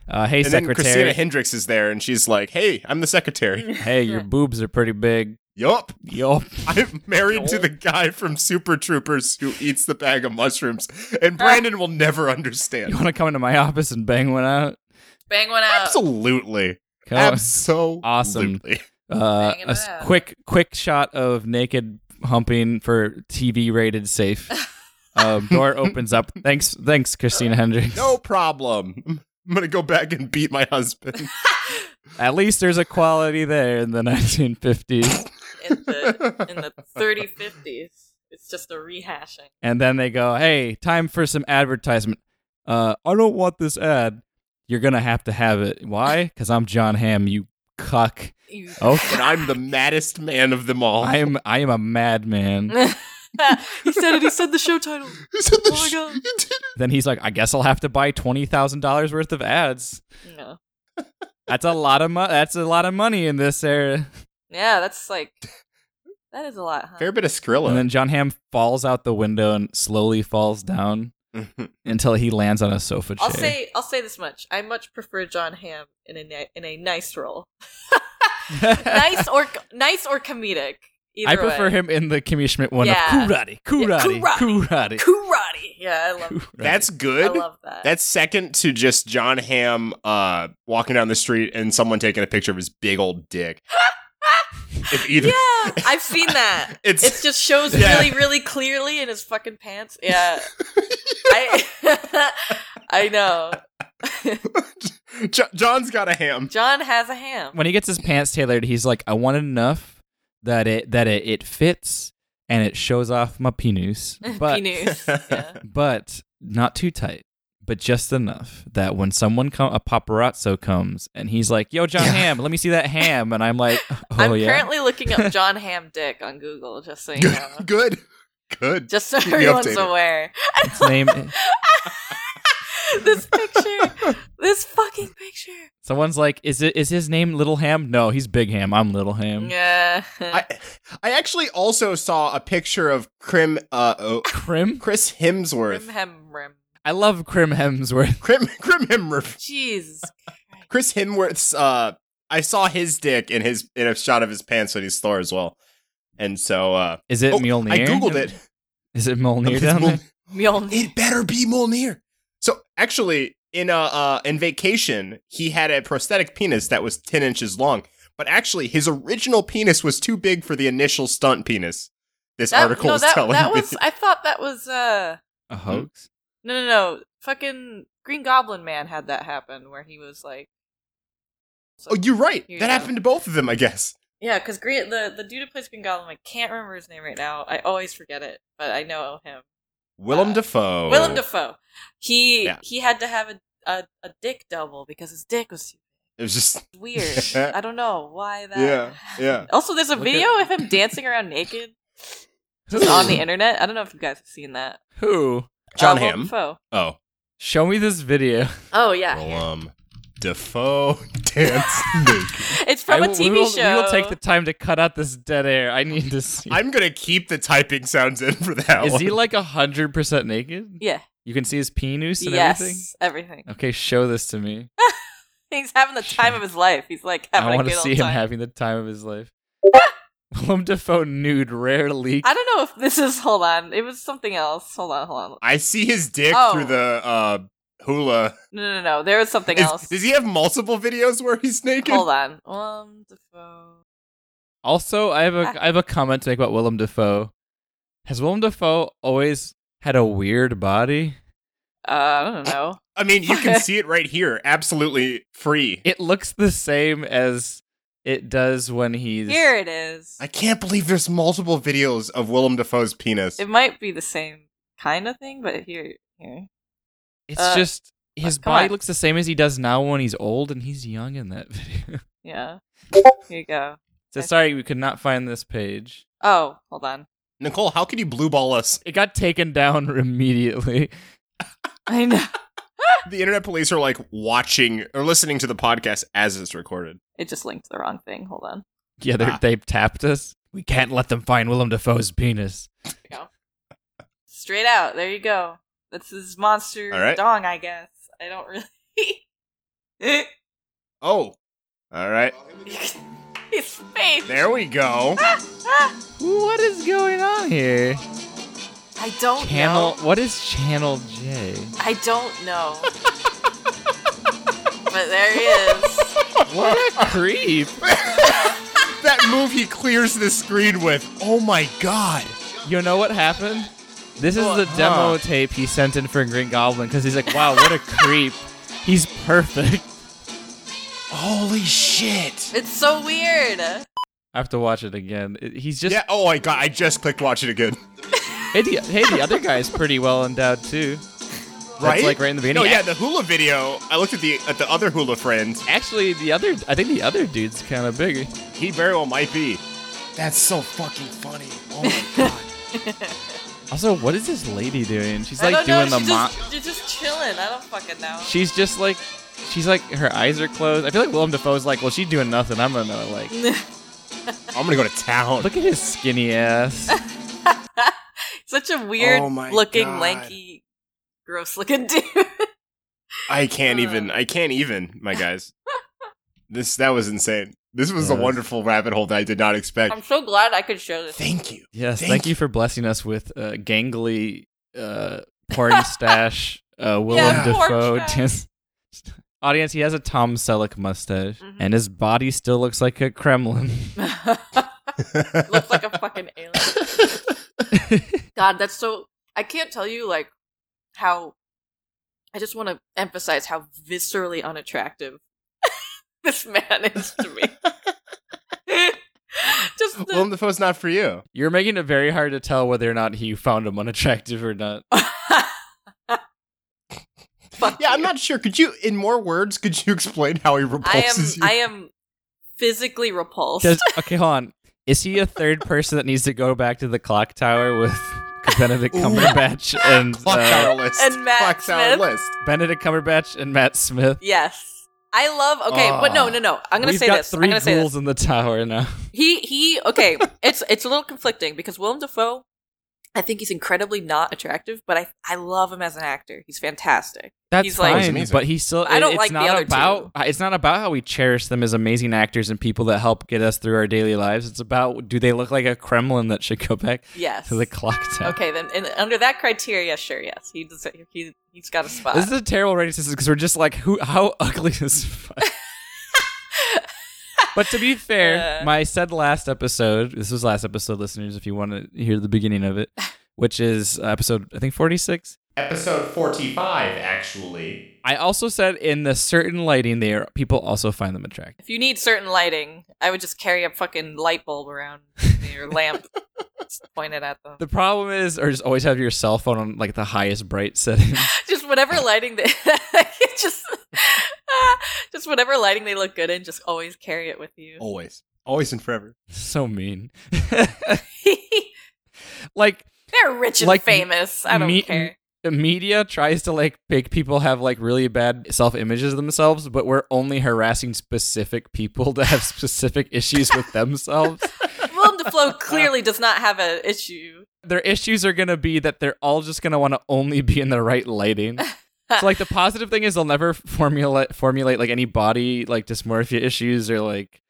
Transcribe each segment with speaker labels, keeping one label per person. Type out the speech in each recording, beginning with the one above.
Speaker 1: Uh, hey,
Speaker 2: and then Christina
Speaker 1: secretary.
Speaker 2: Hendricks is there, and she's like, "Hey, I'm the secretary.
Speaker 1: hey, your boobs are pretty big.
Speaker 2: yup,
Speaker 1: Yo,
Speaker 2: I'm married to the guy from Super Troopers who eats the bag of mushrooms, and
Speaker 3: Ah.
Speaker 2: Brandon will never
Speaker 1: you
Speaker 3: Uh,
Speaker 2: understand."
Speaker 1: want to come into my office and bang one out?
Speaker 3: Bang one out.
Speaker 2: Absolutely,
Speaker 1: Come on.
Speaker 2: absolutely,
Speaker 1: Awesome. uh,
Speaker 3: Banging
Speaker 1: a s-
Speaker 3: it out.
Speaker 1: quick quick shot of naked humping for TV rated safe. um, door opens up. Thanks, thanks, Christina Hendricks.
Speaker 2: No problem. I'm gonna go back and beat my husband.
Speaker 1: At least there's a quality there in the 1950s.
Speaker 3: In the in the 30s, 50s, it's just a rehashing.
Speaker 1: and then they go, "Hey, time for some advertisement." Uh, I don't want this ad. You're gonna have to have it. Why? Because I'm John Hamm. You cuck.
Speaker 3: You-
Speaker 2: and I'm the maddest man of them all.
Speaker 1: I am. I am a madman.
Speaker 3: he said it. He said the show title.
Speaker 2: He said the
Speaker 3: Oh my
Speaker 2: sh-
Speaker 3: God.
Speaker 2: he did-
Speaker 1: then he's like, "I guess I'll have to buy twenty thousand dollars worth of ads.
Speaker 3: No.
Speaker 1: That's a lot of. Mo- that's a lot of money in this era."
Speaker 3: Yeah, that's like that is a lot. Huh?
Speaker 2: Fair bit of Skrilla.
Speaker 1: And then John Hamm falls out the window and slowly falls down
Speaker 2: Mm-hmm.
Speaker 1: until he lands on a sofa chair.
Speaker 3: I'll say I'll say this much. I much prefer John Hamm in a ni- in a nice role, nice or nice or comedic. Either
Speaker 1: I prefer
Speaker 3: way.
Speaker 1: him in the Kimmy Schmidt one
Speaker 3: Yeah.
Speaker 1: of karate, karate,
Speaker 3: Yeah,
Speaker 1: karate,
Speaker 3: Karate. Yeah, I love.
Speaker 1: karate.
Speaker 2: That's
Speaker 3: I
Speaker 2: good.
Speaker 3: love that.
Speaker 2: That's second to just John Ham uh, walking down the street and someone taking a picture of his big old dick. if either,
Speaker 3: yeah, I've seen that.
Speaker 2: It's-
Speaker 3: it just shows
Speaker 2: Yeah.
Speaker 3: really, really clearly in his fucking pants. Yeah, I, I know.
Speaker 2: Jo- John's got a ham.
Speaker 3: John has a ham.
Speaker 1: when he gets his pants tailored, he's like, I want it enough that it that it, it fits and it shows off my penis, but Oh,
Speaker 3: Penis. Yeah.
Speaker 1: but not too tight, but just enough that when someone come a paparazzo comes and he's like, Yo, John
Speaker 2: Yeah.
Speaker 1: Ham, let me see that ham, and I'm like, Oh
Speaker 3: I'm
Speaker 1: yeah,
Speaker 3: currently looking up John Ham Dick on Google, just so you
Speaker 2: Good.
Speaker 3: know.
Speaker 2: Good. Good.
Speaker 3: Just so
Speaker 2: Keep me
Speaker 3: everyone's
Speaker 2: updated.
Speaker 3: aware.
Speaker 1: its name.
Speaker 3: this picture, this fucking picture.
Speaker 1: Someone's like, Is it is his name Little Ham? No, he's Big Ham. I'm Little Ham.
Speaker 3: Yeah.
Speaker 2: I, I actually also saw a picture of Crim, uh, oh,
Speaker 1: Crim,
Speaker 2: Chris
Speaker 3: Rim
Speaker 2: Hemsworth.
Speaker 3: hem rim.
Speaker 1: I love Crim Hemsworth.
Speaker 2: Crim, Crim Hemsworth.
Speaker 3: Jesus.
Speaker 2: Chris Hemsworth's. Uh, I saw his dick in his in a shot of his pants when he's Thor as well, and so uh,
Speaker 1: Is it
Speaker 2: oh,
Speaker 1: Mjolnir?
Speaker 2: I googled it.
Speaker 1: Is it Mjolnir down there?
Speaker 3: Mjolnir.
Speaker 2: It better be Molnir. So actually, in uh, uh in Vacation, he had a prosthetic penis that was ten inches long, but actually his original penis was too big for the initial stunt penis. This
Speaker 3: That,
Speaker 2: article
Speaker 3: no,
Speaker 2: is
Speaker 3: that,
Speaker 2: telling
Speaker 3: that
Speaker 2: me.
Speaker 3: was. I thought that was. uh
Speaker 1: A hoax.
Speaker 3: No, no, no. Fucking Green Goblin Man had that happen where he was like.
Speaker 2: oh, you're right.
Speaker 3: Here you
Speaker 2: that
Speaker 3: go.
Speaker 2: happened to both of them, I guess.
Speaker 3: Yeah, because Green the the dude who plays Green Goblin, I can't remember his name right now. I always forget it, but I know him.
Speaker 2: Willem
Speaker 3: Uh,
Speaker 2: Dafoe.
Speaker 3: Willem Dafoe. He
Speaker 2: Oh. Yeah.
Speaker 3: he had to have a, a a dick double because his dick was
Speaker 2: It was just
Speaker 3: weird. I don't know why that.
Speaker 2: Yeah, yeah.
Speaker 3: Also, there's a
Speaker 1: Look
Speaker 3: video
Speaker 1: at-
Speaker 3: of him dancing around naked
Speaker 1: Who?
Speaker 3: on the internet. I don't know if you guys have seen that. Uh,
Speaker 1: Who?
Speaker 2: John
Speaker 3: Willem
Speaker 2: Hamm.
Speaker 3: Dafoe.
Speaker 2: oh
Speaker 1: Show me this video.
Speaker 3: Oh yeah, here.
Speaker 2: Willem Dafoe dance. naked.
Speaker 3: it's from
Speaker 1: I
Speaker 3: a
Speaker 1: will-
Speaker 3: TV
Speaker 1: we will,
Speaker 3: show.
Speaker 1: We will take the time to cut out this dead air. I need to see.
Speaker 2: I'm gonna keep the typing sounds in for that
Speaker 1: Is
Speaker 2: one.
Speaker 1: he like hundred percent naked?
Speaker 3: yeah.
Speaker 1: You can see his penis and
Speaker 3: Yes,
Speaker 1: everything.
Speaker 3: everything.
Speaker 1: Okay, show this to me.
Speaker 3: He's having the time of his life. He's like having
Speaker 1: I
Speaker 3: a
Speaker 1: want
Speaker 3: good
Speaker 1: to
Speaker 3: old
Speaker 1: see him
Speaker 3: time.
Speaker 1: having the time of his life. Willem Dafoe nude rare leak.
Speaker 3: I don't know if this is. Hold on, it was something else. Hold on, hold on.
Speaker 2: I see his dick
Speaker 3: Oh.
Speaker 2: through the uh, hula.
Speaker 3: No, no, no. There was something
Speaker 2: Is-
Speaker 3: else.
Speaker 2: does he have multiple videos where he's naked?
Speaker 3: Hold on. Um, Defoe.
Speaker 1: Also, I have
Speaker 3: Ah.
Speaker 1: a I have a comment to make about Willem Dafoe. Has Willem Dafoe always had a weird body?
Speaker 3: Uh, I don't know.
Speaker 2: I mean, you can see it right here, absolutely free.
Speaker 1: It looks the same as it does when he's
Speaker 3: Here it is.
Speaker 2: I can't believe there's multiple videos of Willem Dafoe's penis.
Speaker 3: It might be the same kind of thing, but here, here.
Speaker 1: It's
Speaker 3: Uh,
Speaker 1: just his
Speaker 3: come
Speaker 1: body
Speaker 3: on.
Speaker 1: looks the same as he does now when he's old, and he's young in that video.
Speaker 3: Yeah. Here you go.
Speaker 1: so
Speaker 3: Okay.
Speaker 1: sorry, we could not find this page.
Speaker 3: Oh, hold on.
Speaker 2: Nicole, how could you blue ball us?
Speaker 1: It got taken down immediately.
Speaker 3: I know.
Speaker 2: The internet police are like watching or listening to the podcast as it's recorded.
Speaker 3: It just linked to the wrong thing. Hold on.
Speaker 1: Yeah, they
Speaker 2: Ah.
Speaker 1: they tapped us. We can't let them find Willem Dafoe's penis.
Speaker 3: Straight out. There you go. That's his monster
Speaker 2: All right.
Speaker 3: dong, I guess. I don't really.
Speaker 2: Oh, all right,
Speaker 3: His face.
Speaker 2: there we go.
Speaker 3: Ah,
Speaker 1: What is going on here?
Speaker 3: I don't
Speaker 1: Channel.
Speaker 3: know.
Speaker 1: What is Channel J?
Speaker 3: I don't know. but there he is.
Speaker 1: What a creep!
Speaker 2: that move he clears the screen with. Oh my god.
Speaker 1: You know what happened? This is the
Speaker 2: Huh.
Speaker 1: demo tape he sent in for Green Goblin because he's like, "Wow, what a creep! He's perfect."
Speaker 2: Holy shit.
Speaker 3: It's so weird.
Speaker 1: I have to watch it again. It- He's just
Speaker 2: Yeah. Oh my god. I just clicked watch it again.
Speaker 1: Hey, the, hey, the other guy's pretty well endowed too.
Speaker 2: Right.
Speaker 1: That's like right in the beginning.
Speaker 2: No, yeah, the hula video. I looked at the at the other hula friend.
Speaker 1: Actually, the other, I think the other dude's kind of bigger.
Speaker 2: He very well might be. That's so fucking funny. Oh my god.
Speaker 1: Also, what is this lady doing? She's
Speaker 3: I
Speaker 1: like doing
Speaker 3: don't know.
Speaker 1: the
Speaker 3: she's
Speaker 1: mock.
Speaker 3: just, she's just chilling. I don't fucking know.
Speaker 1: She's just like, she's like, her eyes are closed. I feel like Willem Dafoe's like, well, she's doing nothing. I'm gonna like,
Speaker 2: I'm gonna go to town.
Speaker 1: look at his skinny ass.
Speaker 3: Such a weird
Speaker 2: Oh my
Speaker 3: looking,
Speaker 2: God.
Speaker 3: lanky, gross looking dude.
Speaker 2: I can't even. I can't even, my guys. this that was insane. This was a
Speaker 1: Yeah.
Speaker 2: wonderful rabbit hole that I did not expect.
Speaker 3: I'm so glad I could share this.
Speaker 2: Thank you.
Speaker 1: Yes, thank,
Speaker 2: Thank
Speaker 1: you.
Speaker 2: you.
Speaker 1: for blessing us with uh, gangly uh, porn stash, uh, Willem
Speaker 2: Yeah,
Speaker 3: porn
Speaker 1: Dafoe.
Speaker 3: stash.
Speaker 1: Just, audience, he has a Tom Selleck mustache,
Speaker 3: Mhm.
Speaker 1: and his body still looks like a Kremlin.
Speaker 3: Looks like a fucking alien. God, that's so. I can't tell you like how. I just want to emphasize how viscerally unattractive this man is to me. just the,
Speaker 2: Willem Dafoe's not for you.
Speaker 1: You're making it very hard to tell whether or not he found him unattractive or not.
Speaker 3: Fuck
Speaker 2: Yeah, I'm
Speaker 3: you.
Speaker 2: not sure. Could you, in more words, could you explain how he
Speaker 3: I am.
Speaker 2: repulses
Speaker 3: I
Speaker 2: you?
Speaker 3: am physically repulsed.
Speaker 1: 'Cause- okay, hold on. Is he a third person that needs to go back to the clock tower with Benedict
Speaker 2: Ooh.
Speaker 1: Cumberbatch and
Speaker 2: Clock
Speaker 1: uh,
Speaker 2: tower list.
Speaker 3: and Matt
Speaker 2: Clock tower
Speaker 3: Smith.
Speaker 2: list.
Speaker 1: Benedict Cumberbatch and Matt Smith?
Speaker 3: yes, I love. Okay, but no,
Speaker 2: Ah.
Speaker 3: no, no. I'm gonna
Speaker 1: We've
Speaker 3: say
Speaker 1: got
Speaker 3: this. I'm
Speaker 1: three
Speaker 3: gonna say this.
Speaker 1: ghouls in the tower now.
Speaker 3: He he. Okay, it's it's a little conflicting because Willem Dafoe, I think he's incredibly not attractive, but I I love him as an actor. He's fantastic.
Speaker 1: That's
Speaker 3: He's like-
Speaker 1: fine,
Speaker 2: Amazing.
Speaker 1: but he still.
Speaker 3: I don't
Speaker 1: it's
Speaker 3: like the
Speaker 1: not
Speaker 3: other
Speaker 1: about. uh,
Speaker 3: two.
Speaker 1: It's not about how we cherish them as amazing actors and people that help get us through our daily lives. It's about do they look like a Kremlin that should go back
Speaker 3: Yes.
Speaker 1: to the clock tower?
Speaker 3: Okay, then and under that criteria, sure, yes, he does. He he's got a spot.
Speaker 1: This is a terrible rating system because we're just like, who? How ugly is? fuck? but to be fair,
Speaker 3: Uh.
Speaker 1: my said last episode. This was last episode, listeners. If you want to hear the beginning of it, which is episode I think forty six.
Speaker 2: Episode 45, actually.
Speaker 1: I also said in the certain lighting, there people also find them attractive.
Speaker 3: if you need certain lighting, I would just carry a fucking light bulb around with me or lamp, just point it at them.
Speaker 1: The problem is, or just always have your cell phone on like the highest bright setting.
Speaker 3: just whatever lighting they it just ah, just whatever lighting they look good in, just always carry it with you.
Speaker 1: Oh.
Speaker 2: Always. Always and forever.
Speaker 1: so mean. like
Speaker 3: They're rich and
Speaker 1: Like
Speaker 3: famous. I don't
Speaker 1: meat
Speaker 3: care.
Speaker 1: the media tries to like make people have like really bad self images of themselves, but we're only harassing specific people that have specific issues with themselves.
Speaker 3: Willem Dafoe clearly does not have an issue.
Speaker 1: Their issues are gonna be that they're all just gonna want to only be in the right lighting. So like the positive thing is they'll never formulate formulate like any body like dysmorphia issues or like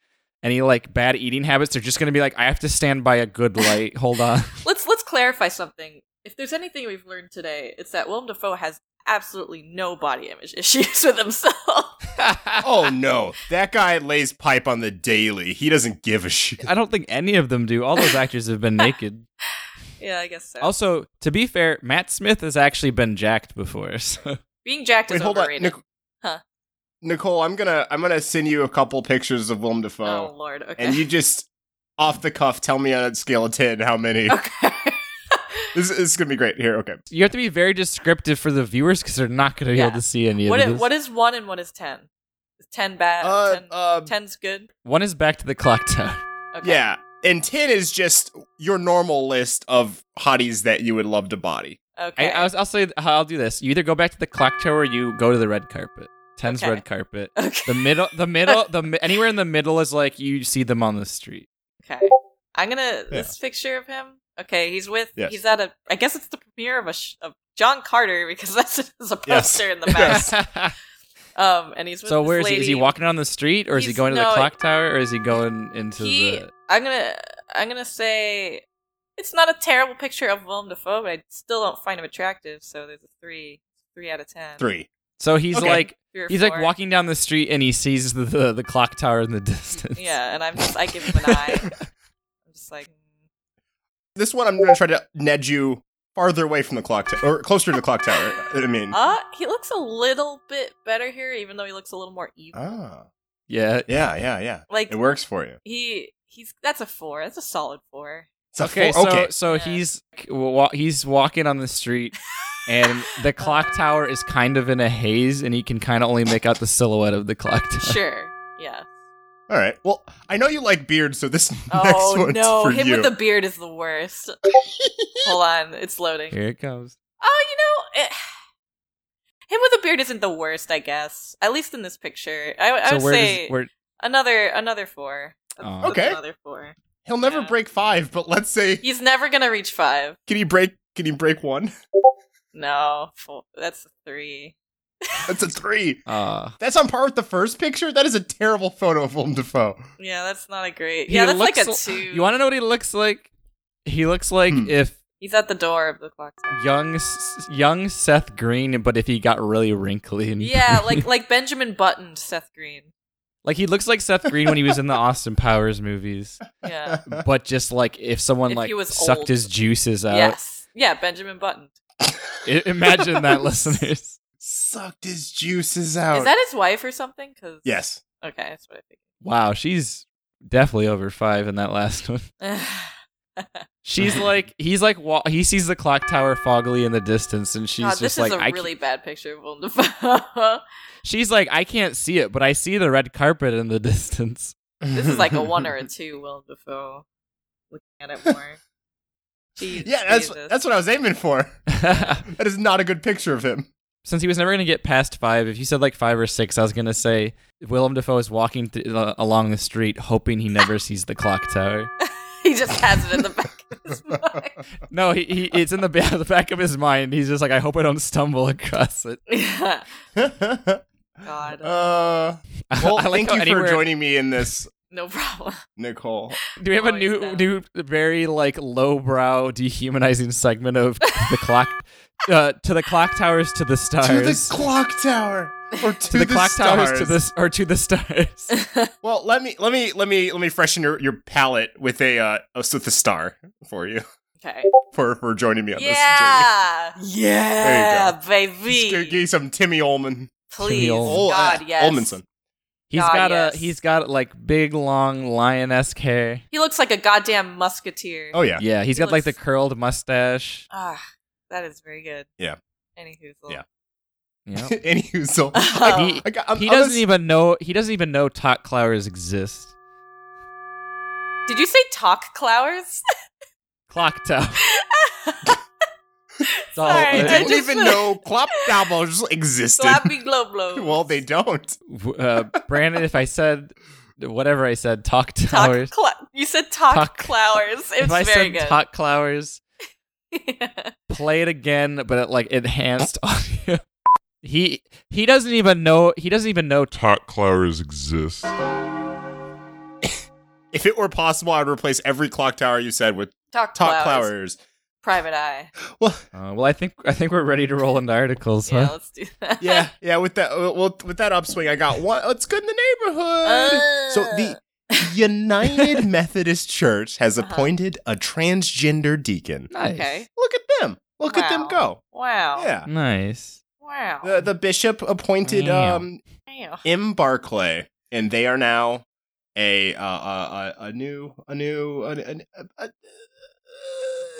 Speaker 1: any like bad eating habits. They're just gonna be like, I have to stand by a good light. Hold on.
Speaker 3: Let's let's clarify something. If there's anything we've learned today, it's that Willem Dafoe has absolutely no body image issues with himself.
Speaker 2: Oh, no. That guy lays pipe on the daily. He doesn't give a shit.
Speaker 1: I don't think any of them do. All those actors have been naked.
Speaker 3: yeah, I guess so.
Speaker 1: Also, to be fair, Matt Smith has actually been jacked before. So.
Speaker 3: Being jacked is
Speaker 2: Wait, hold
Speaker 3: overrated.
Speaker 2: on. Nic-
Speaker 3: Huh.
Speaker 2: Nicole, I'm gonna I'm gonna send you a couple pictures of Willem Dafoe.
Speaker 3: oh lord. Okay.
Speaker 2: and you just off the cuff tell me on a scale of 10 how many
Speaker 3: okay.
Speaker 2: this, this is gonna be great here okay
Speaker 1: You have to be very descriptive for the viewers because they're not going to be
Speaker 3: Yeah.
Speaker 1: able to see any
Speaker 3: what
Speaker 1: of
Speaker 3: i-
Speaker 1: this.
Speaker 3: what is one and what is ten? Is ten bad?
Speaker 2: uh,
Speaker 3: ten,
Speaker 2: uh,
Speaker 3: ten's good.
Speaker 1: One is back to the clock tower.
Speaker 3: Okay.
Speaker 2: yeah and 10 is just your normal list of hotties that you would love to body
Speaker 3: Okay.
Speaker 1: I, I'll, I'll say how I'll do this. You either go back to the clock tower, or you go to the red carpet. Ten's
Speaker 3: Okay.
Speaker 1: red carpet.
Speaker 3: okay.
Speaker 1: The middle, the middle, the mi- anywhere in the middle is like you see them on the street.
Speaker 3: Okay. I'm gonna this picture of him. Okay, he's with.
Speaker 2: Yes.
Speaker 3: He's at a. I guess it's the premiere of a sh- of John Carter because that's there's a
Speaker 2: Yes.
Speaker 3: poster in the back.
Speaker 2: Yes.
Speaker 1: so
Speaker 3: Um, and he's with. this
Speaker 1: where is he? Is he
Speaker 3: lady.
Speaker 1: walking on the street, or is he
Speaker 3: He's-
Speaker 1: going to the
Speaker 3: no,
Speaker 1: clock tower, or is he going into
Speaker 3: He-
Speaker 1: the?
Speaker 3: I'm gonna. I'm gonna say. It's not a terrible picture of Willem Dafoe, but I still don't find him attractive. So there's a three, three out of ten.
Speaker 2: three
Speaker 1: So he's
Speaker 2: Okay.
Speaker 1: like
Speaker 3: Three or
Speaker 1: he's like
Speaker 3: four.
Speaker 1: walking down the street and he sees the, the, the clock tower in the distance.
Speaker 3: Yeah, and I'm just. I give him an eye. I'm just like. mm,
Speaker 2: this one i'm gonna try to nudge you farther away from the clock tower or closer to the clock tower i mean
Speaker 3: Uh, he looks a little bit better here, even though he looks a little more evil.
Speaker 2: ah
Speaker 1: Yeah.
Speaker 2: yeah yeah yeah
Speaker 3: like
Speaker 2: it works for you
Speaker 3: he he's that's a four. That's a solid four.
Speaker 2: It's a
Speaker 1: okay,
Speaker 2: four-
Speaker 1: so
Speaker 2: okay
Speaker 1: so
Speaker 3: Yeah.
Speaker 1: he's wa- he's walking on the street and the
Speaker 3: Uh.
Speaker 1: clock tower is kind of in a haze and he can kind of only make out the silhouette of the clock tower.
Speaker 3: Sure. Yeah.
Speaker 2: all right well i know you like beard so this
Speaker 3: Oh
Speaker 2: next one's
Speaker 3: no,
Speaker 2: for
Speaker 3: him
Speaker 2: you
Speaker 3: with the beard is the worst. Hold on, it's loading.
Speaker 1: Here it comes.
Speaker 3: Oh, you know, it, him with a beard isn't the worst, I guess. At least in this picture, I, I
Speaker 1: so
Speaker 3: would
Speaker 1: where
Speaker 3: say
Speaker 1: does where
Speaker 3: another another four. That's-
Speaker 1: Aw.
Speaker 3: that's
Speaker 2: Okay.
Speaker 3: another four.
Speaker 2: he'll never
Speaker 3: Yeah.
Speaker 2: break five but let's say
Speaker 3: He's never gonna reach five.
Speaker 2: can he break can he break one
Speaker 3: No, four, that's a three.
Speaker 2: That's a three.
Speaker 1: Uh,
Speaker 2: That's on par with the first picture. That is a terrible photo of Willem Dafoe.
Speaker 3: Yeah, that's not a great.
Speaker 1: he
Speaker 3: Yeah, that's like
Speaker 1: looks
Speaker 3: a
Speaker 1: l-
Speaker 3: two.
Speaker 1: You want to know what he looks like? He looks like
Speaker 2: Hmm.
Speaker 1: if
Speaker 3: He's at the door of the clock. tower.
Speaker 1: young S- young Seth Green, but if he got really wrinkly and
Speaker 3: Yeah, like like Benjamin Button, Seth Green.
Speaker 1: like he looks like Seth Green when he was in the Austin Powers movies,
Speaker 3: Yeah.
Speaker 1: but just like if someone
Speaker 3: If
Speaker 1: like
Speaker 3: he was
Speaker 1: sucked
Speaker 3: old.
Speaker 1: his juices out.
Speaker 3: Yes. Yeah, Benjamin Button.
Speaker 1: I- imagine that, listeners.
Speaker 2: Sucked his juices out.
Speaker 3: Is that his wife or something? Cause
Speaker 2: Oh. yes.
Speaker 3: Okay, that's what I
Speaker 1: Wow, she's definitely over five in that last one.
Speaker 3: think.
Speaker 1: She's like he's like wa- he sees the clock tower foggily in the distance, and she's
Speaker 3: God,
Speaker 1: just
Speaker 3: this
Speaker 1: like
Speaker 3: is a
Speaker 1: I ca-
Speaker 3: really bad picture of Willem Dafoe.
Speaker 1: she's like I can't see it, but I see the red carpet in the distance.
Speaker 3: this is like a one or a two. Willem Dafoe. Looking at it more. Jeez,
Speaker 2: Yeah, that's
Speaker 3: Jesus.
Speaker 2: that's what I was aiming for. That is not a good picture of him.
Speaker 1: Since he was never gonna get past five, if you said like five or six, I was gonna say Willem Dafoe is walking th- uh, along the street, hoping he never sees the clock tower.
Speaker 3: he just has it in the back of his mind.
Speaker 1: No, he, he it's in the, ba- the back of his mind. He's just like, I hope I don't stumble across it.
Speaker 3: Yeah.
Speaker 2: uh,
Speaker 3: God,
Speaker 2: well,
Speaker 1: I like
Speaker 2: thank
Speaker 1: how
Speaker 2: you
Speaker 1: anywhere-
Speaker 2: for joining me in this,
Speaker 3: no problem.
Speaker 2: Nicole.
Speaker 1: Do we have a
Speaker 3: Always
Speaker 1: new,
Speaker 3: them.
Speaker 1: new, very like lowbrow, dehumanizing segment of the clock, uh, to the clock towers, to the stars,
Speaker 2: To the clock tower, or to,
Speaker 1: To the clock towers, to
Speaker 2: stars.
Speaker 1: the s- or to the stars.
Speaker 2: Well, let me let me let me let me freshen your, your palate with a uh, with a star for you
Speaker 3: Okay.
Speaker 2: for for joining me on
Speaker 3: Yeah. Yeah,
Speaker 2: this journey. Just gonna
Speaker 3: baby.
Speaker 2: Give you some Timmy Ullman,
Speaker 3: Please,
Speaker 1: Jimmy Olsen.
Speaker 2: Ol-
Speaker 3: God,
Speaker 2: uh,
Speaker 3: yes.
Speaker 2: Ullmanson.
Speaker 1: He's
Speaker 3: God,
Speaker 1: got
Speaker 3: yes.
Speaker 1: a he's got like big long lioness hair.
Speaker 3: He looks like a goddamn musketeer.
Speaker 2: Oh yeah,
Speaker 1: Yeah, he's
Speaker 3: He
Speaker 1: got like the
Speaker 3: looks-
Speaker 1: curled mustache.
Speaker 3: Ah, that is very good.
Speaker 2: Yeah.
Speaker 3: Anywho.
Speaker 2: Yeah.
Speaker 1: Yeah.
Speaker 2: Anywho, so
Speaker 1: He-
Speaker 2: I got, I'm,
Speaker 1: he
Speaker 2: I'm
Speaker 1: doesn't
Speaker 2: just-
Speaker 1: even know he doesn't even know tot clowers exist.
Speaker 3: Did you say talk clowers?
Speaker 1: Clock tower. It's all-
Speaker 2: They
Speaker 3: Sorry, I
Speaker 1: uh,
Speaker 2: don't
Speaker 3: just-
Speaker 2: even know clock towers existed.
Speaker 3: Slappy glow blow.
Speaker 2: well, they don't.
Speaker 1: w- uh, Brandon, if I said whatever I said, talk
Speaker 3: talk
Speaker 1: towers.
Speaker 3: cla- You said talk,
Speaker 1: Talk-
Speaker 3: clowers. It's
Speaker 1: if I
Speaker 3: very
Speaker 1: said
Speaker 3: good.
Speaker 1: talk clowers, play it again, but at like enhanced audio. He he doesn't even know he doesn't even know tot
Speaker 4: Hot Clowers exist.
Speaker 2: If it were possible, I'd replace every clock tower you said with
Speaker 3: talk
Speaker 2: talk
Speaker 3: clowers.
Speaker 2: towers.
Speaker 3: Private eye.
Speaker 2: Well,
Speaker 1: Uh, well, I think I think we're ready to roll into articles,
Speaker 3: Yeah,
Speaker 1: huh?
Speaker 3: let's do that.
Speaker 2: yeah, yeah. With that, uh, well, with that upswing, I got one. oh, It's good in the neighborhood.
Speaker 3: Uh,
Speaker 2: So the United Methodist Church has
Speaker 3: Uh-huh.
Speaker 2: appointed a transgender deacon.
Speaker 1: Nice,
Speaker 3: okay.
Speaker 2: Look at them. Look at them
Speaker 3: Wow.
Speaker 2: go.
Speaker 3: Wow.
Speaker 2: Yeah.
Speaker 1: nice.
Speaker 3: Wow.
Speaker 2: The the bishop appointed
Speaker 1: Wow.
Speaker 2: um
Speaker 3: Wow.
Speaker 2: M Barclay and they are now a uh, a, a, a new a new a, a, a,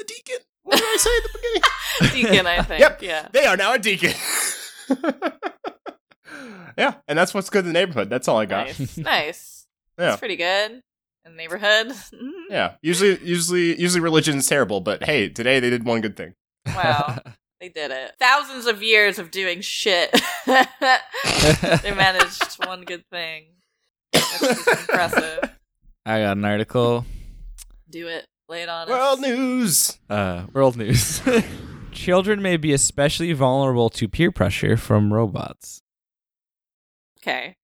Speaker 2: a deacon. What did I say at the beginning?
Speaker 3: Deacon, I think.
Speaker 2: Yep.
Speaker 3: Yeah.
Speaker 2: They are now a deacon. yeah, and that's what's good in the neighborhood. That's all I got.
Speaker 3: Nice. nice.
Speaker 2: Yeah.
Speaker 3: That's pretty good. In the neighborhood. Mm-hmm.
Speaker 2: Yeah, usually, usually, usually religion is terrible, but hey, today they did one good thing.
Speaker 3: Wow. They did it. Thousands of years of doing shit. they managed one good thing. That's just impressive.
Speaker 1: I got an article.
Speaker 3: Do it. Lay it on
Speaker 2: World
Speaker 3: us.
Speaker 2: news.
Speaker 1: Uh, world news. Children may be especially vulnerable to peer pressure from robots.
Speaker 3: Okay.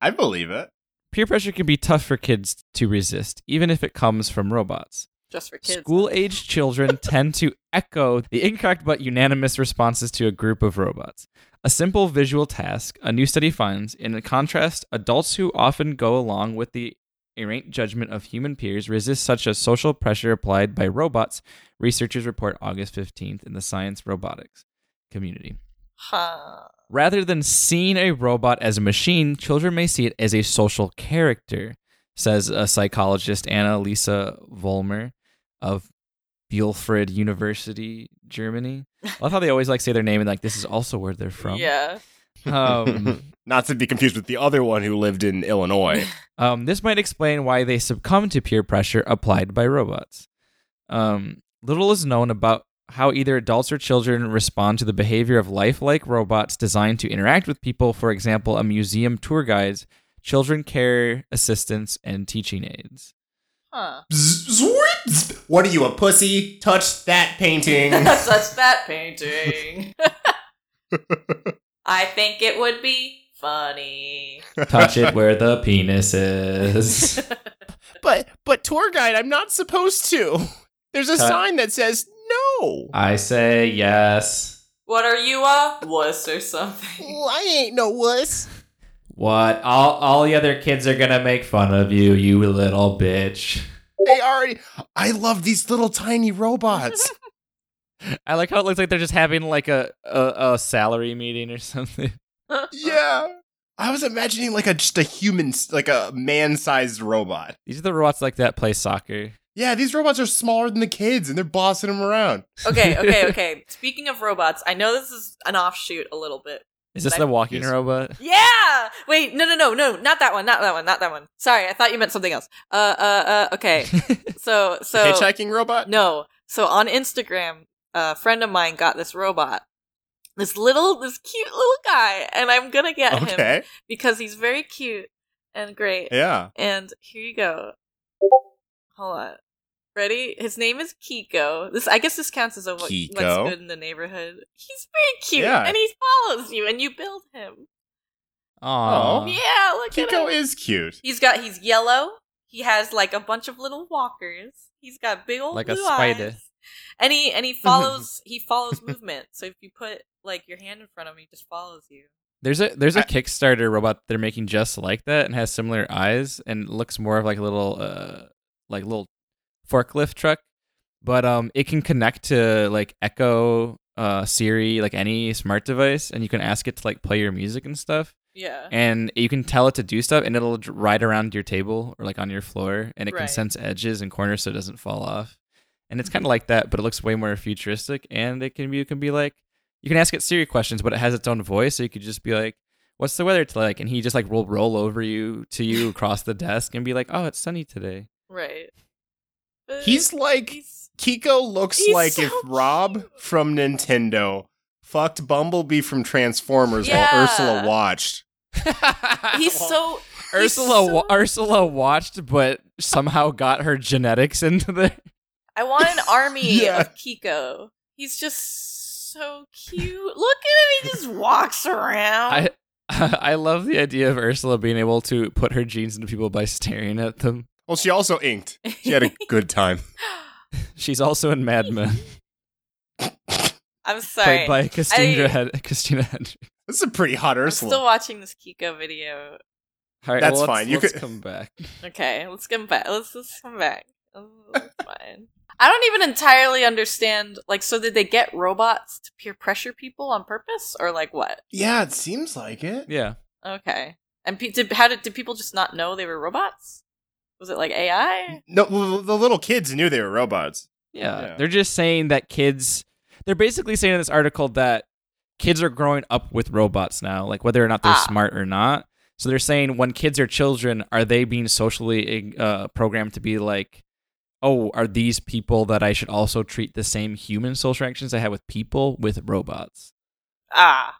Speaker 2: I believe it.
Speaker 1: Peer pressure can be tough for kids to resist, even if it comes from robots.
Speaker 3: Just for kids.
Speaker 1: School aged children tend to echo the incorrect but unanimous responses to a group of robots. A simple visual task, a new study finds, in contrast, adults who often go along with the errant judgment of human peers resist such a social pressure applied by robots, researchers report August 15th in the Science Robotics community.
Speaker 3: Huh.
Speaker 1: Rather than seeing a robot as a machine, children may see it as a social character, says a psychologist Anna Lisa Vollmer of Bielefeld University, Germany. I love how they always like say their name and like this is also where they're from.
Speaker 3: Yeah.
Speaker 1: Um,
Speaker 2: Not to be confused with the other one who lived in Illinois.
Speaker 1: um, this might explain why they succumb to peer pressure applied by robots. Um, little is known about how either adults or children respond to the behavior of lifelike robots designed to interact with people, for example, a museum tour guides, children care assistants, and teaching aids.
Speaker 3: Huh.
Speaker 2: what are you, a pussy? Touch that painting.
Speaker 3: That's that painting. I think it would be funny.
Speaker 4: Touch it where the penis is.
Speaker 2: But but tour guide, I'm not supposed to. There's a
Speaker 4: Cut.
Speaker 2: sign that says no.
Speaker 4: I say yes.
Speaker 3: What are you a wuss or something?
Speaker 2: Well, I ain't no wuss.
Speaker 4: What? All all the other kids are gonna make fun of you, you little bitch.
Speaker 2: They already. I love these little tiny robots.
Speaker 1: I like how it looks like they're just having like a a, a salary meeting or something.
Speaker 2: yeah. I was imagining like a just a human, like a man-sized robot.
Speaker 1: These are the robots like that play soccer.
Speaker 2: Yeah, these robots are smaller than the kids, and they're bossing them around.
Speaker 3: okay, okay, okay. Speaking of robots, I know this is an offshoot a little bit.
Speaker 1: Is this
Speaker 3: Like-
Speaker 1: the walking
Speaker 2: Yes.
Speaker 1: robot?
Speaker 3: Yeah. Wait, no, no, no, no, not that one, not that one, not that one. Sorry, I thought you meant something else. Uh, uh, uh. Okay. So,
Speaker 2: The
Speaker 3: so
Speaker 2: hitchhiking robot.
Speaker 3: no. So on Instagram, a friend of mine got this robot, this little, this cute little guy, and I'm gonna get him
Speaker 2: Okay.
Speaker 3: because he's very cute and great.
Speaker 2: Yeah.
Speaker 3: And here you go. Hold on. Ready? His name is Kiko. This I guess this counts as a what, what's
Speaker 2: Kiko.
Speaker 3: good in the neighborhood. He's very cute,
Speaker 2: Yeah.
Speaker 3: and he follows you, and you build him.
Speaker 1: Aw.
Speaker 2: Oh.
Speaker 3: yeah, look at him.
Speaker 2: Uh, Kiko is cute.
Speaker 3: he's got he's yellow. He has like a bunch of little walkers. He's got big old
Speaker 1: Like a
Speaker 3: blue
Speaker 1: spider.
Speaker 3: eyes. And he and he follows he follows movement. So if you put like your hand in front of him, he just follows you.
Speaker 1: There's a there's a
Speaker 2: I-
Speaker 1: Kickstarter robot they're making just like that and has similar eyes and looks more of like a little uh like little forklift truck, but um it can connect to like Echo, uh Siri, like any smart device, and you can ask it to like play your music and stuff,
Speaker 3: Yeah.
Speaker 1: and you can tell it to do stuff, and it'll dr- ride around your table or like on your floor, and it can
Speaker 3: Right.
Speaker 1: sense edges and corners so it doesn't fall off, and it's kind of like that, but it looks way more futuristic, and it can be you can be like you can ask it Siri questions, but it has its own voice, so you could just be like, "What's the weather t- like?" And he just like will roll over you to you across the desk and be like, "Oh, it's sunny today."
Speaker 3: Right. But
Speaker 2: He's like
Speaker 3: he's
Speaker 2: Kiko looks
Speaker 3: He's
Speaker 2: like
Speaker 3: so
Speaker 2: if Rob
Speaker 3: cute.
Speaker 2: from Nintendo fucked Bumblebee from Transformers
Speaker 3: Yeah.
Speaker 2: while Ursula watched.
Speaker 3: he's so
Speaker 1: Ursula
Speaker 3: so-
Speaker 1: wa- Ursula watched, but somehow got her genetics into there.
Speaker 3: I want an army
Speaker 2: Yeah.
Speaker 3: of Kiko. He's just so cute. Look at him. He just walks around.
Speaker 1: I I love the idea of Ursula being able to put her genes into people by staring at them.
Speaker 2: Well, she also inked. She had a good time.
Speaker 1: She's also in Mad Men,
Speaker 3: I'm sorry.
Speaker 1: played by Christina
Speaker 3: I-
Speaker 1: Hed- Christina Hendricks.
Speaker 2: This is a pretty hot
Speaker 3: I'm
Speaker 2: Ursula.
Speaker 3: still watching this Kiko video.
Speaker 1: All right,
Speaker 2: That's
Speaker 1: well, let's-
Speaker 2: fine, you
Speaker 1: let's
Speaker 2: could-
Speaker 1: come back.
Speaker 3: Okay, let's come back. Let's let's come back. Oh, it's fine. I don't even entirely understand. Like, so did they get robots to peer pressure people on purpose, or like what?
Speaker 2: yeah, it seems like it.
Speaker 1: Yeah,
Speaker 3: Okay. And pe- did how did did people just not know they were robots? Was it like AI?
Speaker 2: No, well, the little kids knew they were robots.
Speaker 1: Yeah.
Speaker 2: Yeah.
Speaker 1: They're just saying that kids they're basically saying in this article that kids are growing up with robots now, like whether or not they're
Speaker 3: Ah.
Speaker 1: smart or not. So they're saying when kids are children, are they being socially uh, programmed to be like, oh, are these people that I should also treat the same human social interactions I have with people with robots?
Speaker 3: Ah,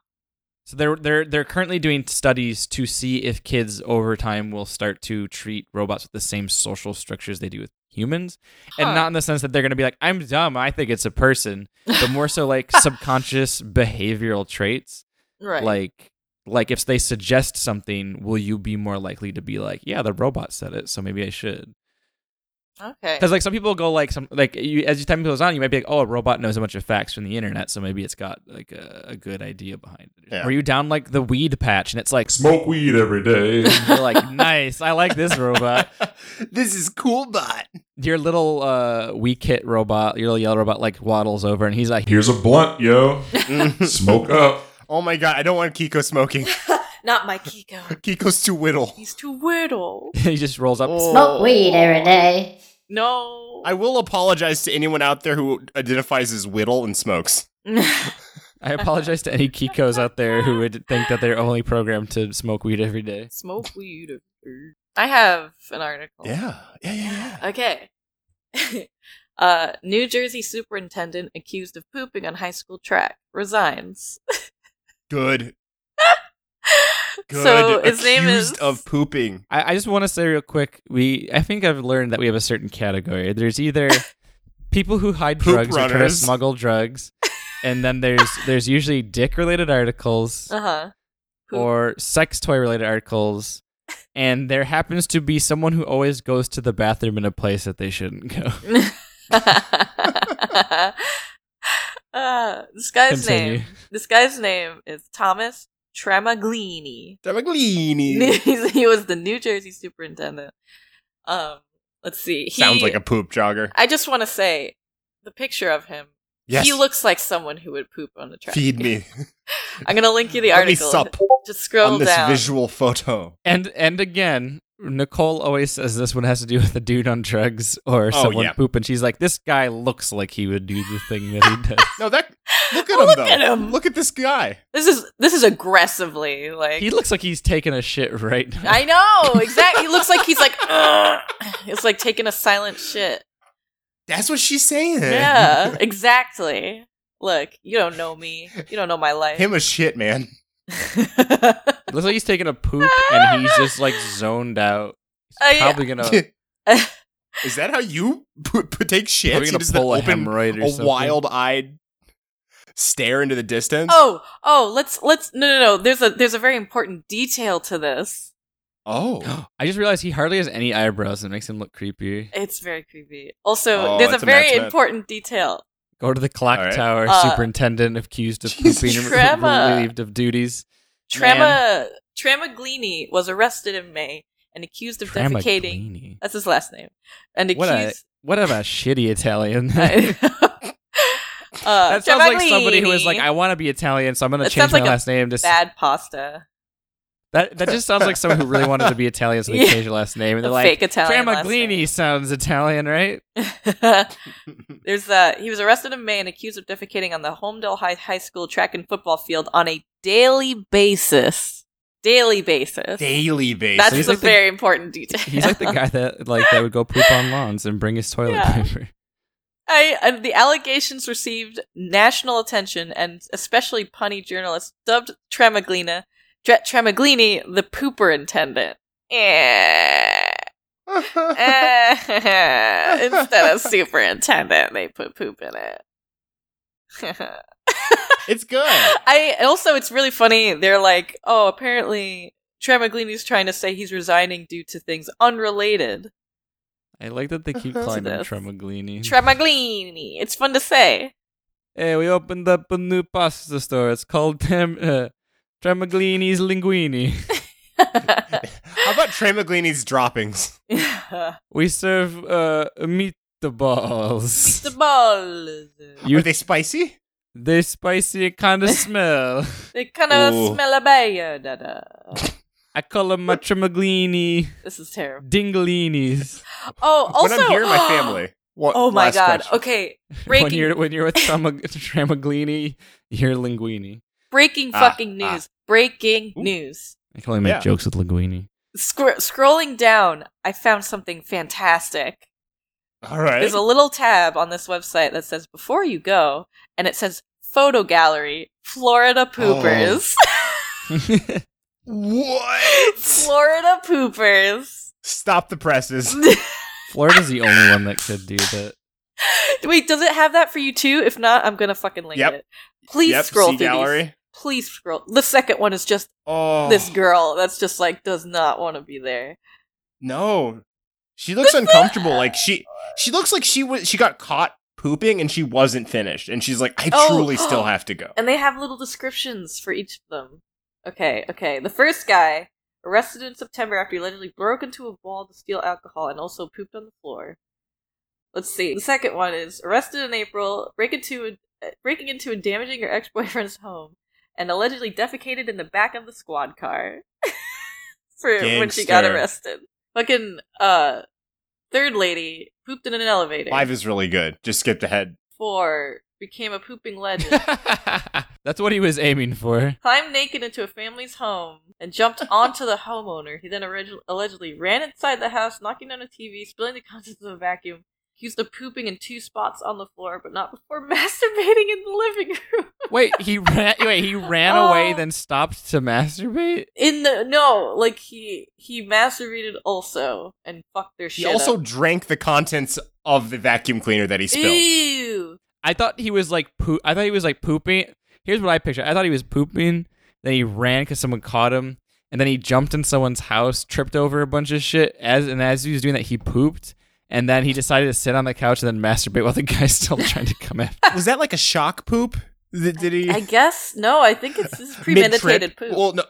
Speaker 1: So they're they're they're currently doing studies to see if kids over time will start to treat robots with the same social structures they do with humans,
Speaker 3: Huh.
Speaker 1: and not in the sense that they're going to be like, "I'm dumb, I think it's a person," but more so like subconscious behavioral traits,
Speaker 3: right.
Speaker 1: like like if they suggest something, will you be more likely to be like, "Yeah, the robot said it, so maybe I should."
Speaker 3: okay.
Speaker 1: Because like some people go like some like you, as time goes on, you might be like, oh, a robot knows a bunch of facts from the internet, so maybe it's got like a, a good idea behind it.
Speaker 2: Yeah.
Speaker 1: Or you down like the weed patch, and it's like
Speaker 4: Smoke weed every day.
Speaker 1: You're like, nice, I like this robot.
Speaker 2: this is cool bot.
Speaker 1: Your little uh, weak hit robot, your little yellow robot, like waddles over, and he's like,
Speaker 4: Here's a blunt, yo. Smoke up.
Speaker 2: oh my god, I don't want Kiko smoking.
Speaker 3: Not my Kiko.
Speaker 2: Kiko's too whittle.
Speaker 3: He's too weirdo.
Speaker 1: he just rolls up.
Speaker 2: Oh.
Speaker 3: Oh.
Speaker 5: Smoke weed every day.
Speaker 3: No.
Speaker 2: I will apologize to anyone out there who identifies as whittle and smokes.
Speaker 1: I apologize to any Kikos out there who would think that they're only programmed to smoke weed every day.
Speaker 3: Smoke weed. I have an article.
Speaker 2: Yeah, yeah, yeah, yeah.
Speaker 3: Okay. uh, New Jersey superintendent accused of pooping on high school track resigns.
Speaker 2: Good. Good.
Speaker 3: So his name
Speaker 2: Accused
Speaker 3: is-
Speaker 2: of pooping.
Speaker 1: I, I just want to say real quick, we I think I've learned that we have a certain category. There's either people who hide
Speaker 2: Poop
Speaker 1: drugs or try to
Speaker 2: runners.
Speaker 1: smuggle drugs, and then there's there's usually dick related articles
Speaker 3: Uh huh. Who-
Speaker 1: or sex toy related articles, and there happens to be someone who always goes to the bathroom in a place that they shouldn't go.
Speaker 3: uh, this guy's
Speaker 1: Continue.
Speaker 3: name. This guy's name is Thomas Tremaglini.
Speaker 2: Demaglini.
Speaker 3: He's- he was the New Jersey superintendent. Um, let's see. He,
Speaker 2: Sounds like a poop jogger.
Speaker 3: I just want to say the picture of him.
Speaker 2: Yes.
Speaker 3: He looks like someone who would poop on the trash.
Speaker 2: Feed me.
Speaker 3: I'm gonna link you the
Speaker 2: Let me
Speaker 3: article.
Speaker 2: sup
Speaker 3: Just
Speaker 2: on
Speaker 3: scroll
Speaker 2: this
Speaker 3: down.
Speaker 2: visual photo.
Speaker 1: And and again, Nicole always says this one has to do with a dude on drugs or someone
Speaker 2: Oh, yeah.
Speaker 1: pooping. She's like, this guy looks like he would do the thing that he does.
Speaker 2: No, that. Look at
Speaker 3: Oh,
Speaker 2: him
Speaker 3: look
Speaker 2: though.
Speaker 3: at him.
Speaker 2: Look at this guy.
Speaker 3: This is this is aggressively like.
Speaker 1: he looks like he's taking a shit right now.
Speaker 3: I know exactly. He looks like he's like. "Ugh." It's like taking a silent shit.
Speaker 2: That's what she's saying.
Speaker 3: Yeah, exactly. Look, you don't know me. You don't know my life.
Speaker 2: Him a shit man.
Speaker 1: looks like he's taking a poop and he's just like zoned out.
Speaker 3: I-
Speaker 1: He's probably gonna
Speaker 2: Is that how you p- p- take shit?
Speaker 1: probably
Speaker 2: You
Speaker 1: gonna
Speaker 2: just
Speaker 1: pull a
Speaker 2: open
Speaker 1: hemorrhoid or
Speaker 2: a
Speaker 1: something.
Speaker 2: wild-eyed stare into the distance.
Speaker 3: oh, oh, let's let's no no no. There's a there's a very important detail to this.
Speaker 2: Oh.
Speaker 1: I just realized he hardly has any eyebrows. It makes him look creepy.
Speaker 3: It's very creepy. Also,
Speaker 2: Oh,
Speaker 3: there's a
Speaker 2: it's a Matt
Speaker 3: very
Speaker 2: Smith.
Speaker 3: important detail.
Speaker 1: Go to the clock
Speaker 2: All right.
Speaker 1: tower.
Speaker 3: Uh,
Speaker 1: superintendent accused of
Speaker 2: Jesus.
Speaker 1: pooping and
Speaker 3: Trema.
Speaker 1: relieved of duties.
Speaker 3: Trama Tramaglini was arrested in May and accused of defecating.
Speaker 1: Tramaglini.
Speaker 3: That's his last name. And
Speaker 1: What a
Speaker 3: accused.
Speaker 1: what a shitty Italian.
Speaker 3: I- uh,
Speaker 1: that sounds like somebody who is like,
Speaker 3: Tramaglini.
Speaker 1: I want to be Italian, so I'm going to
Speaker 3: That
Speaker 1: change
Speaker 3: sounds
Speaker 1: my
Speaker 3: like a
Speaker 1: last name. To s-
Speaker 3: bad pasta.
Speaker 1: that that just sounds like someone who really wanted to be Italian, so they
Speaker 3: Yeah.
Speaker 1: changed their last name, and
Speaker 3: A
Speaker 1: they're like,
Speaker 3: fake Italian. last
Speaker 1: Tramaglini sounds Italian, right?
Speaker 3: name. There's uh he was arrested in May and accused of defecating on the Homedale High High School track and football field on a daily basis. Daily basis.
Speaker 2: Daily basis.
Speaker 3: That's
Speaker 1: he's
Speaker 3: a
Speaker 1: like the-
Speaker 3: very important detail.
Speaker 1: He's like the guy that like that would go poop on lawns and bring his toilet
Speaker 3: Yeah.
Speaker 1: paper.
Speaker 3: I, I- the allegations received national attention, and especially punny journalists dubbed Tremaglina, Tre- Tremaglini the pooper intendant. Eh, eh, Instead of superintendent, they put poop in it.
Speaker 2: it's good.
Speaker 3: I also it's really funny. They're like, oh, apparently Tramaglini's trying to say he's resigning due to things unrelated.
Speaker 1: I like that they keep calling him
Speaker 3: this.
Speaker 1: Tremaglini.
Speaker 3: Tremaglini, it's fun to say.
Speaker 1: hey, we opened up a new pasta store. It's called Tem- uh, Tremaglini's Linguini.
Speaker 2: How about Tremaglini's droppings?
Speaker 3: the
Speaker 1: We serve uh, meatballs.
Speaker 3: balls.
Speaker 1: You-
Speaker 2: Are they spicy?
Speaker 1: They spicy kind of smell.
Speaker 3: They kind of
Speaker 2: Ooh.
Speaker 3: smell a bad. da, da.
Speaker 1: I call them my Tremaglini
Speaker 3: This is terrible.
Speaker 1: dinglinis.
Speaker 3: Oh, also
Speaker 2: when I'm here in my family. What,
Speaker 3: Oh my
Speaker 2: last
Speaker 3: god.
Speaker 2: question.
Speaker 3: Okay, breaking
Speaker 1: when you're when you're with Tramag- Tramaglini, you're linguini.
Speaker 3: breaking
Speaker 2: Ah,
Speaker 3: fucking
Speaker 2: ah.
Speaker 3: news. Breaking
Speaker 2: Ooh.
Speaker 3: news.
Speaker 1: I can only make
Speaker 2: Yeah.
Speaker 1: jokes with linguini.
Speaker 3: Scr- scrolling down, I found something fantastic.
Speaker 2: All right.
Speaker 3: There's a little tab on this website that says "Before you go," and it says "Photo Gallery, Florida Poopers."
Speaker 2: Oh. what?
Speaker 3: Florida Poopers.
Speaker 2: Stop the presses.
Speaker 1: Florida's the only one that could do that.
Speaker 3: Wait, does it have that for you too? If not, I'm gonna fucking link
Speaker 2: Yep.
Speaker 3: it. Please
Speaker 2: yep,
Speaker 3: scroll
Speaker 2: see
Speaker 3: through
Speaker 2: gallery.
Speaker 3: these. Please scroll. The second one is just
Speaker 2: Oh,
Speaker 3: this girl that's just like does not want to be there.
Speaker 2: No, she looks uncomfortable. Like she, she looks like she was. She got caught pooping and she wasn't finished. And she's like, I
Speaker 3: Oh.
Speaker 2: truly still have to go.
Speaker 3: And they have little descriptions for each of them. Okay, okay. The first guy, arrested in September after he allegedly broke into a wall to steal alcohol and also pooped on the floor. Let's see. The second one is arrested in April, break into a, uh, breaking into and damaging her ex boyfriend's home, and allegedly defecated in the back of the squad car for when she got
Speaker 2: Gangster.
Speaker 3: arrested. Fucking uh, third lady pooped in an elevator.
Speaker 2: Live is really good. Just skipped ahead.
Speaker 3: Four became a pooping legend.
Speaker 1: That's what he was aiming for.
Speaker 3: climbed naked into a family's home and jumped onto the homeowner. He then orig- allegedly ran inside the house, knocking down a TV, spilling the contents of a vacuum. Accused of pooping in two spots on the floor, but not before masturbating in the living room.
Speaker 1: Wait, he ran. Wait, he ran away,
Speaker 3: Oh.
Speaker 1: then stopped to masturbate.
Speaker 3: In the no, like he he masturbated also and fucked their
Speaker 2: He
Speaker 3: shit.
Speaker 2: also
Speaker 3: up.
Speaker 2: drank the contents of the vacuum cleaner that he spilled.
Speaker 3: ew.
Speaker 1: I thought he was like poo. I thought he was like pooping. Here's what I picture. I thought he was pooping. Then he ran because someone caught him, and then he jumped in someone's house, tripped over a bunch of shit. As and as he was doing that, he pooped, and then he decided to sit on the couch and then masturbate while the guy's still trying to come after.
Speaker 2: Was that like a shock poop? Th- Did he
Speaker 3: I guess no. I think it's this is premeditated
Speaker 2: mid-trip?
Speaker 3: poop.
Speaker 2: Well, no.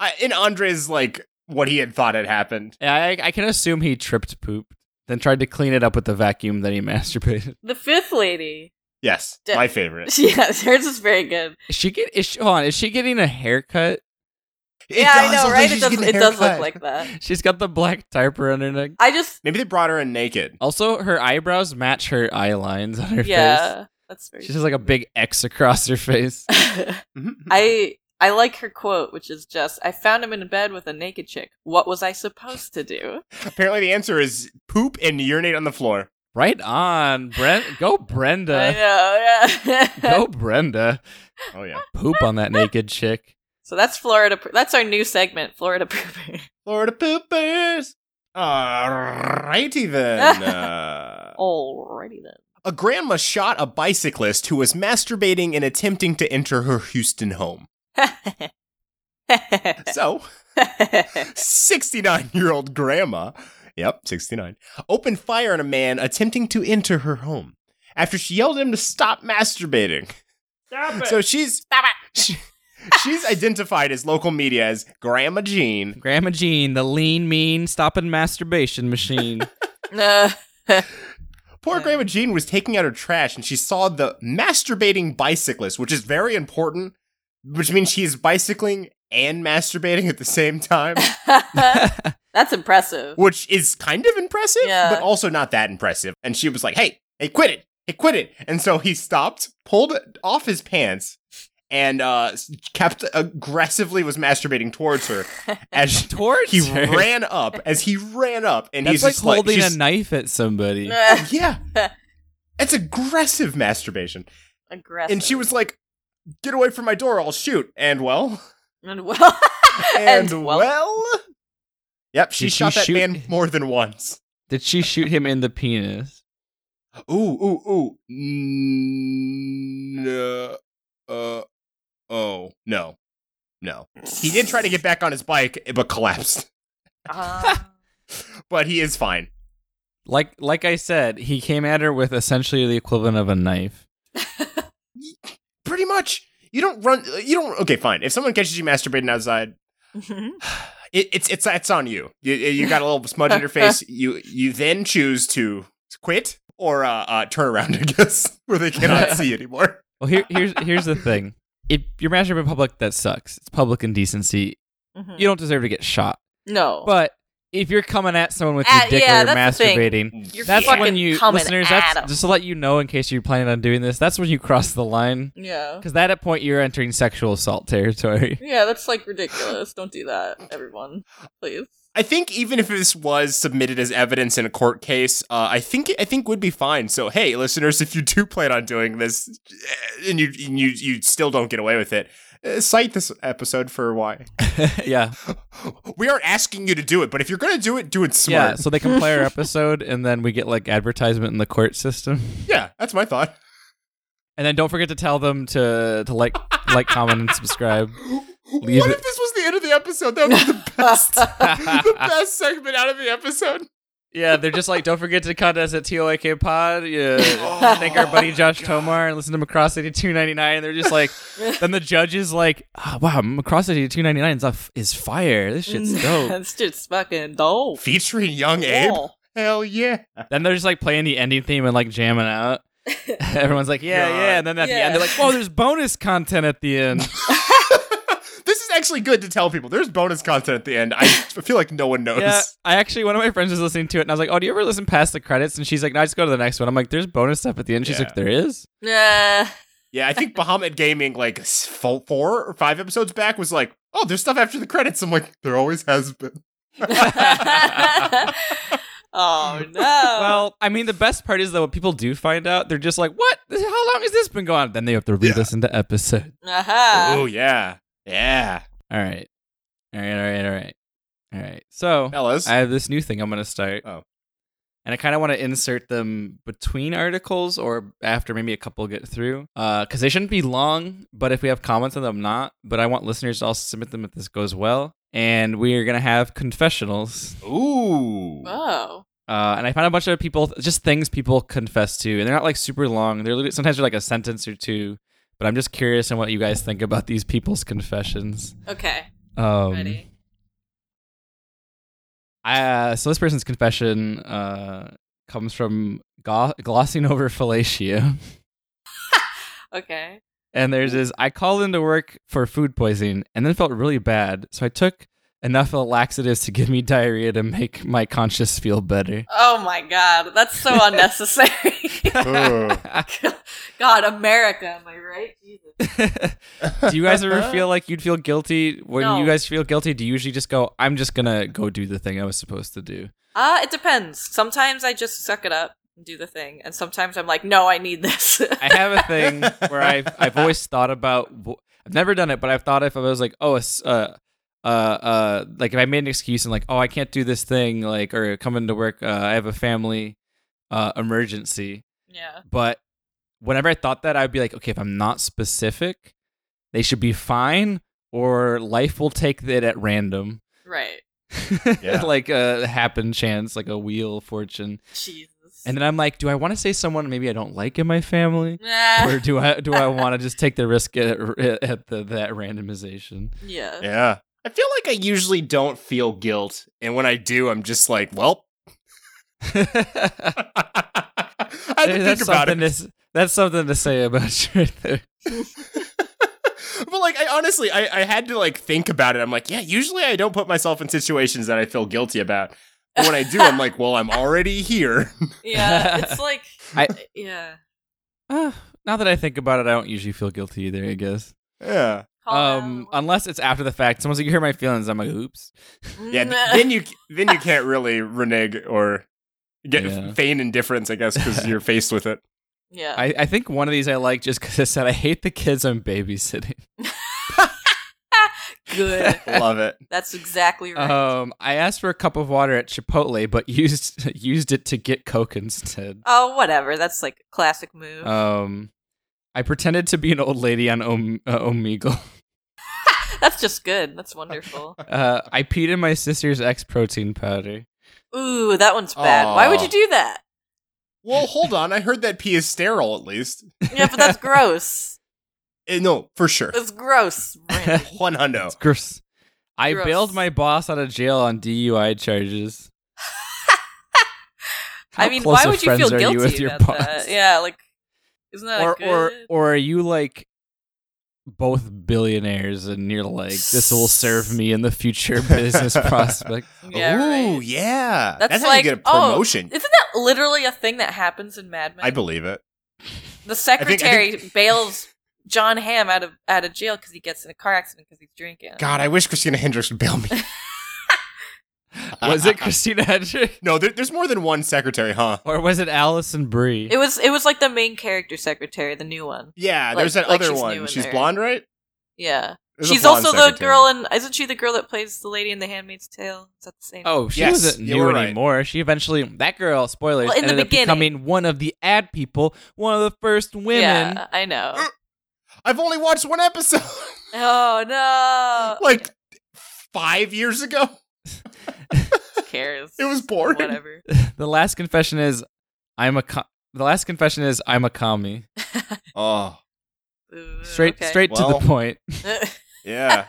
Speaker 2: I, in Andre's like what he had thought had happened.
Speaker 1: Yeah, I, I can assume he tripped poop, then tried to clean it up with the vacuum. Then he masturbated.
Speaker 3: the fifth lady.
Speaker 2: Yes,
Speaker 3: Did-
Speaker 2: my favorite.
Speaker 3: Yes, hers is very good.
Speaker 1: Is she get? Is she, hold on. Is she getting a haircut?
Speaker 2: It
Speaker 3: yeah, I
Speaker 2: does
Speaker 3: know,
Speaker 2: look
Speaker 3: right?
Speaker 2: like
Speaker 3: It
Speaker 2: she's
Speaker 3: does.
Speaker 2: getting
Speaker 3: It
Speaker 2: a
Speaker 3: does look
Speaker 2: haircut.
Speaker 3: like that.
Speaker 1: She's got the black tarp around her neck.
Speaker 3: I just
Speaker 2: Maybe they brought her in naked.
Speaker 1: Also, her eyebrows match her eye lines on her face.
Speaker 3: yeah, that's very.
Speaker 1: She has like a big X across her face.
Speaker 3: I I like her quote, which is just, "I found him in bed with a naked chick. What was I supposed to do?"
Speaker 2: Apparently, the answer is poop and urinate on the floor.
Speaker 1: Right on, Brent. Go,
Speaker 3: I
Speaker 1: Brenda.
Speaker 3: know. Yeah.
Speaker 1: Go, Brenda.
Speaker 2: Oh yeah,
Speaker 1: Poop on that naked chick.
Speaker 3: So that's Florida. Poo- That's our new segment, Florida pooper.
Speaker 2: Florida poopers. Alrighty then. Uh,
Speaker 3: Alrighty then.
Speaker 2: a grandma shot a bicyclist who was masturbating and attempting to enter her Houston home. So, 69 year old grandma, yep, 69, opened fire on a man attempting to enter her home after she yelled at him to stop masturbating.
Speaker 4: Stop
Speaker 2: So she's she- she's identified as local media as Grandma Jean.
Speaker 1: Grandma Jean, the lean, mean, stopping masturbation machine.
Speaker 3: Uh,
Speaker 2: Poor
Speaker 3: Yeah.
Speaker 2: Grandma Jean was taking out her trash and she saw the masturbating bicyclist, which is very important, which means she is bicycling and masturbating at the same time,
Speaker 3: that's impressive.
Speaker 2: which is kind of impressive,
Speaker 3: Yeah.
Speaker 2: but also not that impressive. And she was like, "Hey, hey, quit it, hey, quit it!" And so he stopped, pulled off his pants, and uh, s- kept aggressively was masturbating towards her as she,
Speaker 1: Towards
Speaker 2: he
Speaker 1: her.
Speaker 2: ran up as he ran up and
Speaker 1: That's
Speaker 2: he's
Speaker 1: like
Speaker 2: just
Speaker 1: holding
Speaker 2: she's-
Speaker 1: a knife at somebody.
Speaker 2: yeah it's aggressive masturbation
Speaker 3: Aggressive.
Speaker 2: and she was like get away from my door i'll shoot and well
Speaker 3: And well.
Speaker 2: and, well, yep she
Speaker 1: Did she
Speaker 2: shot that
Speaker 1: shoot-
Speaker 2: man more than once
Speaker 1: Did she shoot him in the penis?
Speaker 2: ooh ooh ooh no uh oh no no he did try to get back on his bike eh, but collapsed
Speaker 3: Uh,
Speaker 2: but he is fine
Speaker 1: Like, like I said, he came at her with essentially the equivalent of a knife.
Speaker 2: pretty much you don't run uh, you don't okay fine if someone catches you masturbating outside
Speaker 3: mm-hmm,
Speaker 2: it, it's it's that's on you. you. You got a little smudge on your face. You you then choose to quit or uh, uh, turn around, I guess, where they cannot see anymore.
Speaker 1: Well, here, here's here's the thing. If you're masturbating in public, that sucks. It's public indecency. You don't deserve to get shot.
Speaker 3: mm-hmm. no.
Speaker 1: But if you're coming at someone with
Speaker 3: At-
Speaker 1: your dick
Speaker 3: Uh, yeah,
Speaker 1: or you're
Speaker 3: that's the thing.
Speaker 1: masturbating,
Speaker 3: You're
Speaker 1: that's
Speaker 3: fucking
Speaker 1: when you
Speaker 3: coming
Speaker 1: listeners.
Speaker 3: at
Speaker 1: That's
Speaker 3: 'em.
Speaker 1: just to let you know in case you're planning on doing this. That's when you cross the line
Speaker 3: yeah.
Speaker 1: because that at point you're entering sexual assault territory.
Speaker 3: Yeah, that's like ridiculous. Don't do that, everyone. Please.
Speaker 2: I think even if this was submitted as evidence in a court case, uh, I think I think would be fine. So hey, listeners, if you do plan on doing this eh, and you and you you still don't get away with it, uh, cite this episode for why.
Speaker 1: yeah,
Speaker 2: We aren't asking you to do it, but if you're gonna do it, do it
Speaker 1: yeah.
Speaker 2: smart.
Speaker 1: So they can play our episode, and then we get like advertisement in the court system.
Speaker 2: yeah that's my thought.
Speaker 1: And then don't forget to tell them to to like like comment and subscribe. Leave
Speaker 2: what
Speaker 1: it-
Speaker 2: if this was the end of the episode? That would be the best, the best segment out of the episode.
Speaker 1: Yeah, they're just like, don't forget to contact us at TOAK Pod. Yeah, thank our buddy Josh Tomar and listen to Macross 8299. And they're just like, then the judge is like, oh, wow, Macross 8299 is, off- is fire. This shit's dope.
Speaker 3: That's just fucking dope.
Speaker 2: Featuring young Abe.
Speaker 3: Cool.
Speaker 2: Hell yeah!
Speaker 1: then they're just like playing the ending theme and like jamming out. Everyone's like, yeah,
Speaker 2: God.
Speaker 1: yeah. And then at the
Speaker 3: Yeah.
Speaker 1: end, they're like, whoa, there's bonus content at the end.
Speaker 2: this is actually good to tell people. There's bonus content at the end. I feel like no one knows.
Speaker 1: yeah. I actually, one of my friends was listening to it and I was like, oh, do you ever listen past the credits? And she's like, no, I just go to the next one. I'm like, there's bonus stuff at the end. She's
Speaker 2: Yeah.
Speaker 1: like, there is?
Speaker 3: Yeah.
Speaker 2: Yeah, I think Bahamut Gaming like s- fo- four or five episodes back was like, oh, there's stuff after the credits. I'm like, there always has been.
Speaker 3: oh no.
Speaker 1: Well, I mean, the best part is though, when people do find out, they're just like, "What? This- How long has this been going?" on?" Then they have to re-listen to episode.
Speaker 3: Aha.
Speaker 2: oh yeah, yeah,
Speaker 1: All right, all right, all right, all right, all right. So
Speaker 2: fellas.
Speaker 1: I have this new thing I'm gonna start.
Speaker 2: Oh.
Speaker 1: and I kind of want to insert them between articles or after maybe a couple get through because they shouldn't be long. But if we have comments on them, not. But I want listeners to also submit them if this goes well. And we are gonna have confessionals,
Speaker 2: Ooh.
Speaker 3: Oh.
Speaker 1: uh, and I found a bunch of people, just things people confess to, and they're not like super long. They're literally, sometimes they're like a sentence or two. But I'm just curious on what you guys think about these people's confessions.
Speaker 3: Okay.
Speaker 1: Um,
Speaker 3: Ready.
Speaker 1: Uh, so this person's confession uh, comes from go- glossing over fellatio,
Speaker 3: Okay.
Speaker 1: and there's this: I called into work for food poisoning, and then felt really bad, so I took enough of laxatives to give me diarrhea to make my conscience feel better.
Speaker 3: Oh my god, that's so unnecessary. God, America, am I right? Jesus.
Speaker 1: do you guys ever feel like you'd feel guilty when
Speaker 3: No.
Speaker 1: you guys feel guilty? Do you usually just go, "I'm just gonna go do the thing I was supposed to do"?
Speaker 3: Uh, it depends. Sometimes I just suck it up and do the thing, and sometimes I'm like, no, I need this.
Speaker 1: I have a thing where I've I've always thought about. I've never done it, but I've thought if I was like, oh, it's, uh, uh, uh, like if I made an excuse and like, oh, I can't do this thing, like, or come into work, uh, I have a family uh, emergency.
Speaker 3: yeah.
Speaker 1: But whenever I thought that, I'd be like, okay, if I'm not specific, they should be fine, or life will take it at random,
Speaker 3: Right.
Speaker 2: Yeah.
Speaker 1: like a happen chance, like a wheel of fortune.
Speaker 3: Jesus.
Speaker 1: And then I'm like, do I want to say someone maybe I don't like in my family?
Speaker 3: Nah.
Speaker 1: or do I do I want to just take the risk at, at the, that randomization?
Speaker 3: yeah.
Speaker 2: yeah. I feel like I usually don't feel guilt, and when I do, I'm just like, well. I had to think
Speaker 1: that's
Speaker 2: about
Speaker 1: something
Speaker 2: it.
Speaker 1: to s- that's something to say about you right there.
Speaker 2: but like I honestly I, I had to like think about it. I'm like, yeah, usually I don't put myself in situations that I feel guilty about. But when I do, I'm like, well, I'm already here.
Speaker 3: Yeah. It's like,
Speaker 1: I-
Speaker 3: yeah.
Speaker 1: Uh, now that I think about it, I don't usually feel guilty either. I guess,
Speaker 2: yeah.
Speaker 3: Call
Speaker 1: um,
Speaker 3: out.
Speaker 1: unless it's after the fact. Someone's like, "You hear my feelings?" I'm like, "Oops."
Speaker 2: Yeah.
Speaker 3: Nah.
Speaker 2: th- then you then you can't really renege or get
Speaker 1: Yeah.
Speaker 2: feign indifference, I guess, because you're faced with it.
Speaker 3: yeah.
Speaker 1: I, I think one of these I like just because I said I hate the kids I'm babysitting.
Speaker 3: Good.
Speaker 2: Love it.
Speaker 3: That's exactly right.
Speaker 1: Um, I asked for a cup of water at Chipotle, but used used it to get Coke instead.
Speaker 3: oh, whatever. That's like a classic move.
Speaker 1: Um, I pretended to be an old lady on Om- uh, Omegle.
Speaker 3: That's just good. That's wonderful.
Speaker 1: Uh, I peed in my sister's ex protein powder.
Speaker 3: Ooh, that one's bad. Why would
Speaker 2: Aw.
Speaker 3: you do that?
Speaker 2: Well, hold on. I heard that pee is sterile, at least.
Speaker 3: Yeah, but that's gross.
Speaker 2: Eh, no, for sure.
Speaker 3: That's gross. Randy.
Speaker 2: One hundo.
Speaker 1: Gross. I
Speaker 3: Gross.
Speaker 1: bailed my boss out of jail on DUI charges. How
Speaker 3: I mean,
Speaker 1: close
Speaker 3: why
Speaker 1: of
Speaker 3: would you
Speaker 1: friends
Speaker 3: feel
Speaker 1: are
Speaker 3: guilty
Speaker 1: with your
Speaker 3: about
Speaker 1: boss?
Speaker 3: that? Yeah, like isn't that
Speaker 1: Or,
Speaker 3: good?
Speaker 1: or, or are you like both billionaires and you're like, this will serve me in the future business prospect?
Speaker 3: yeah,
Speaker 2: Ooh,
Speaker 3: right.
Speaker 2: yeah.
Speaker 3: That's
Speaker 2: That's, how
Speaker 3: like-
Speaker 2: you get a
Speaker 3: oh,
Speaker 2: promotion.
Speaker 3: Isn't that literally a thing that happens in Mad Men?
Speaker 2: I believe it.
Speaker 3: the
Speaker 2: think-
Speaker 3: secretary bails John Hamm out of out of jail because he gets in a car accident because he's drinking.
Speaker 2: God, I wish Christina Hendricks would bail me.
Speaker 1: Was it Christina Hendrick?
Speaker 2: No, there, there's more than one secretary, huh?
Speaker 1: Or was it Allison Brie?
Speaker 3: It was it was like the main character secretary, the new one.
Speaker 2: Yeah,
Speaker 3: Like-
Speaker 2: there's that
Speaker 3: like
Speaker 2: other
Speaker 3: she's new in
Speaker 2: one. She's
Speaker 3: there.
Speaker 2: blonde, right?
Speaker 3: Yeah,
Speaker 2: There's a
Speaker 3: she's
Speaker 2: blonde
Speaker 3: also the
Speaker 2: secretary.
Speaker 3: girl in. Isn't she the girl that plays the lady in The Handmaid's Tale? Is that the same?
Speaker 1: Oh, she
Speaker 2: Yes,
Speaker 1: wasn't
Speaker 2: you
Speaker 1: new
Speaker 2: were right.
Speaker 1: anymore. She eventually that girl, spoilers,
Speaker 3: Well, in the
Speaker 1: ended up
Speaker 3: beginning.
Speaker 1: becoming one of the ad people, one of the first women.
Speaker 3: yeah, I know.
Speaker 2: Mm. I've only watched one episode,
Speaker 3: oh no,
Speaker 2: like five years ago.
Speaker 3: Who cares?
Speaker 2: It was boring.
Speaker 3: Whatever.
Speaker 1: The last confession is I'm a co- the last confession is I'm a commie.
Speaker 2: Oh,
Speaker 3: Ooh,
Speaker 1: Straight
Speaker 3: Mm, okay.
Speaker 1: straight
Speaker 2: Well.
Speaker 1: to the point.
Speaker 2: yeah.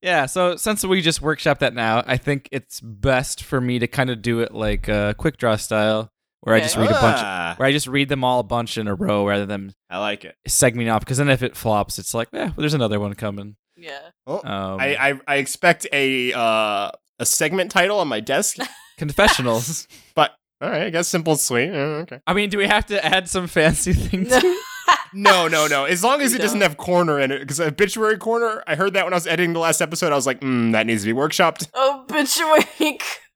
Speaker 1: Yeah, so since we just workshopped that now, I think it's best for me to kind of do it like uh, quick draw style where I just
Speaker 3: Okay.
Speaker 1: read a bunch
Speaker 2: Ah,
Speaker 1: where I just read them all a bunch in a row rather than
Speaker 2: I like it.
Speaker 1: segmenting off because then if it flops, it's like, eh, well, there's another one coming.
Speaker 3: yeah.
Speaker 2: Oh,
Speaker 1: Um,
Speaker 2: I, I I expect a uh, a segment title on my desk.
Speaker 1: confessionals.
Speaker 2: But all right, I guess simple and sweet. Uh, okay.
Speaker 1: I mean, do we have to add some fancy thing to it?
Speaker 2: No, no, no. As long as
Speaker 3: You
Speaker 2: it doesn't
Speaker 3: don't.
Speaker 2: have corner in it, because obituary corner. I heard that when I was editing the last episode. I was like, mm, that needs to be workshopped.
Speaker 3: Oh, Obituary.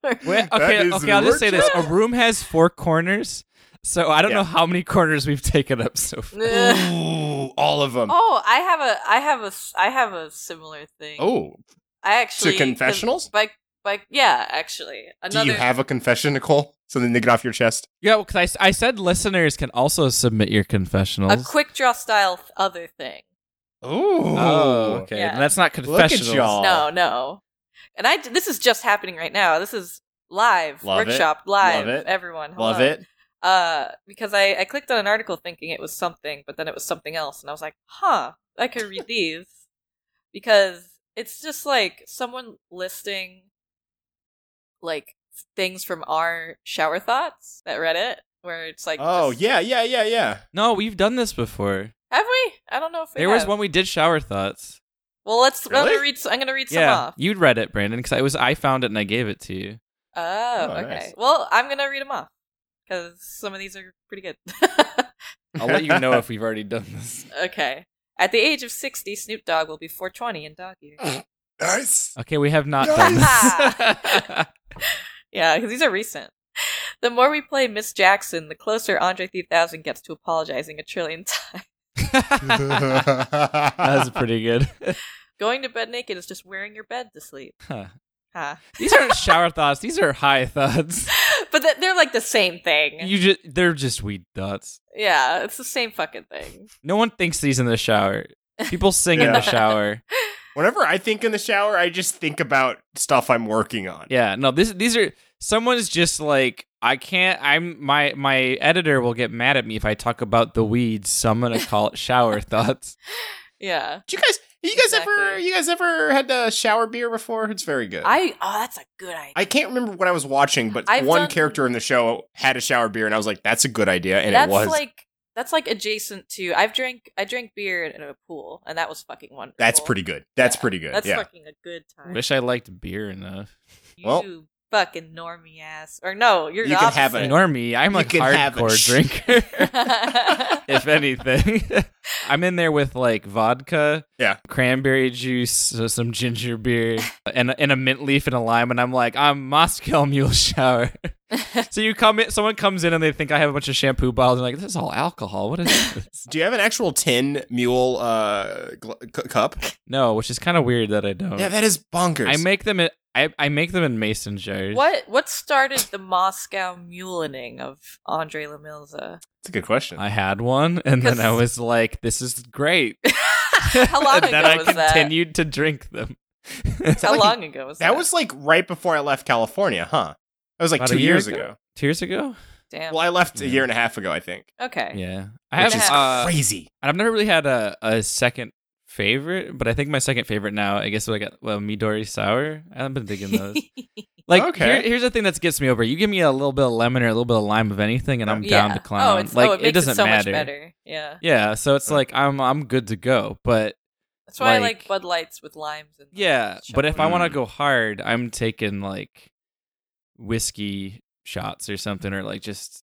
Speaker 1: Wait,
Speaker 2: That
Speaker 1: okay,
Speaker 2: is
Speaker 1: okay, I'll just say this. A
Speaker 2: workshop.
Speaker 1: room has four corners, so I don't
Speaker 2: Yeah.
Speaker 1: know how many corners we've taken up so far.
Speaker 3: oh,
Speaker 2: Ooh, all of them.
Speaker 3: I have a, I have a, s- I have a similar thing.
Speaker 2: Oh,
Speaker 3: I actually 'cause
Speaker 2: confessionals?
Speaker 3: By, by, yeah, actually,
Speaker 2: do
Speaker 3: another.
Speaker 2: you have a confession, Nicole? Something to get off your chest.
Speaker 1: Yeah, because I s I I, said listeners can also submit your confessionals.
Speaker 3: A quick draw style th- other thing.
Speaker 2: Ooh.
Speaker 1: oh, okay.
Speaker 3: Yeah.
Speaker 1: That's not
Speaker 2: Look at
Speaker 1: confessionals.
Speaker 2: y'all.
Speaker 3: No, no. And I this is just happening right now. This is live
Speaker 2: Love it.
Speaker 3: workshop live.
Speaker 2: Love it.
Speaker 3: Everyone, hello.
Speaker 2: Love it.
Speaker 3: Uh, because I I clicked on an article thinking it was something, but then it was something else, and I was like, huh, I could read these because it's just like someone listing like things from our shower thoughts at Reddit, where it's like,
Speaker 2: Oh,
Speaker 3: just-
Speaker 2: yeah, yeah, yeah, yeah.
Speaker 1: No, we've done this before.
Speaker 3: have we? I don't know if we
Speaker 1: There was
Speaker 3: have.
Speaker 1: one we did shower thoughts.
Speaker 3: Well, let's. I'm
Speaker 2: Really?
Speaker 3: gonna read. s- I'm gonna read some
Speaker 1: yeah,
Speaker 3: off.
Speaker 1: you'd read it, Brandon, because I was I found it and I gave it to you.
Speaker 3: Oh,
Speaker 2: Oh,
Speaker 3: okay.
Speaker 2: nice.
Speaker 3: Well, I'm gonna read them off because some of these are pretty good.
Speaker 1: I'll let you know if we've already done this.
Speaker 3: okay. At the age of 60, Snoop Dogg will be 420 in dog years.
Speaker 2: Nice.
Speaker 1: Okay, we have not done
Speaker 3: Yes!
Speaker 1: this.
Speaker 3: yeah, because these are recent. The more we play Miss Jackson, the closer Andre 3000 gets to apologizing a trillion times.
Speaker 1: that was pretty good.
Speaker 3: Going to bed naked is just wearing your bed to sleep.
Speaker 1: Huh.
Speaker 3: Huh.
Speaker 1: These aren't shower thoughts; these are high thoughts.
Speaker 3: But th- they're like the same thing.
Speaker 1: You just—they're just weed thoughts.
Speaker 3: yeah, it's the same fucking thing.
Speaker 1: No one thinks these in the shower. People sing in the
Speaker 2: Yeah.
Speaker 1: shower.
Speaker 2: Whenever I think in the shower, I just think about stuff I'm working on.
Speaker 1: Yeah, no, this these are someone's just like I can't. I'm my my editor will get mad at me if I talk about the weeds. So I'm gonna call it shower thoughts.
Speaker 3: Yeah.
Speaker 2: Did you guys, you guys ever,
Speaker 3: Exactly.
Speaker 2: you guys ever had a shower beer before? It's very good.
Speaker 3: I oh, that's a good idea.
Speaker 2: I can't remember what I was watching, but
Speaker 3: I've
Speaker 2: one
Speaker 3: done-
Speaker 2: character in the show had a shower beer, and I was like, "That's a good idea," and
Speaker 3: that's
Speaker 2: it was.
Speaker 3: like that's like adjacent to I've drank I drank beer in a pool and that was fucking wonderful.
Speaker 2: that's pretty good. That's
Speaker 3: Yeah.
Speaker 2: pretty good.
Speaker 3: That's
Speaker 2: yeah.
Speaker 3: fucking a good time.
Speaker 1: Wish I liked beer enough.
Speaker 3: you
Speaker 2: well-
Speaker 3: fucking normie ass. Or no, you're
Speaker 2: You
Speaker 3: the
Speaker 2: can have
Speaker 3: opposite.
Speaker 2: But-
Speaker 1: Normie, I'm
Speaker 2: You
Speaker 1: like
Speaker 2: can have a
Speaker 1: hardcore
Speaker 2: sh-
Speaker 1: drinker. if anything, I'm in there with like vodka,
Speaker 2: Yeah.
Speaker 1: cranberry juice, so some ginger beer, and and a mint leaf and a lime, and I'm like, I'm Moscow Mule Shower. so you come in, someone comes in and they think I have a bunch of shampoo bottles, and like, this is all alcohol. What is this?
Speaker 2: Do you have an actual tin mule uh, gl- cu- cup?
Speaker 1: no, which is kind of weird that I don't.
Speaker 2: Yeah, that is bonkers.
Speaker 1: Oh. I make them. In, I I make them in mason jars.
Speaker 3: what what started the Moscow mulining of Andre Lemilza?
Speaker 2: That's a good question.
Speaker 1: I had one, and then I
Speaker 3: Because-
Speaker 1: was like, "This is great."
Speaker 3: How long
Speaker 1: and
Speaker 3: ago
Speaker 1: then I
Speaker 3: was that?
Speaker 1: continued to drink them.
Speaker 3: How
Speaker 2: like-
Speaker 3: long ago was that?
Speaker 2: that was like right before I left California, huh? That was like
Speaker 1: About
Speaker 2: two
Speaker 1: a year
Speaker 2: years
Speaker 1: ago?
Speaker 2: ago.
Speaker 1: Two years ago.
Speaker 3: damn.
Speaker 2: Well, I left a
Speaker 1: Yeah.
Speaker 2: year and a half ago, I think.
Speaker 3: okay.
Speaker 1: Yeah, I
Speaker 2: Which
Speaker 1: have.
Speaker 2: is
Speaker 1: uh,
Speaker 2: crazy.
Speaker 1: and I've never really had a, a second favorite, but I think my second favorite now, I guess, like well, Midori sour. I've been digging those. like,
Speaker 2: Okay.
Speaker 1: here- here's the thing that gets me over. You give me a little bit of lemon or a little bit of lime of anything, and I'm
Speaker 3: yeah.
Speaker 1: down to clown.
Speaker 3: Oh, it's,
Speaker 1: like
Speaker 3: oh, it, makes
Speaker 1: doesn't
Speaker 3: so
Speaker 1: matter.
Speaker 3: much better. Yeah.
Speaker 1: Yeah, so it's like I'm I'm good to go. But
Speaker 3: That's why I
Speaker 1: Like-
Speaker 3: like Bud Lights with limes and
Speaker 1: yeah, but if I
Speaker 3: Shower.
Speaker 1: want to
Speaker 2: Mm.
Speaker 1: go hard, I'm taking like whiskey shots or something, or like just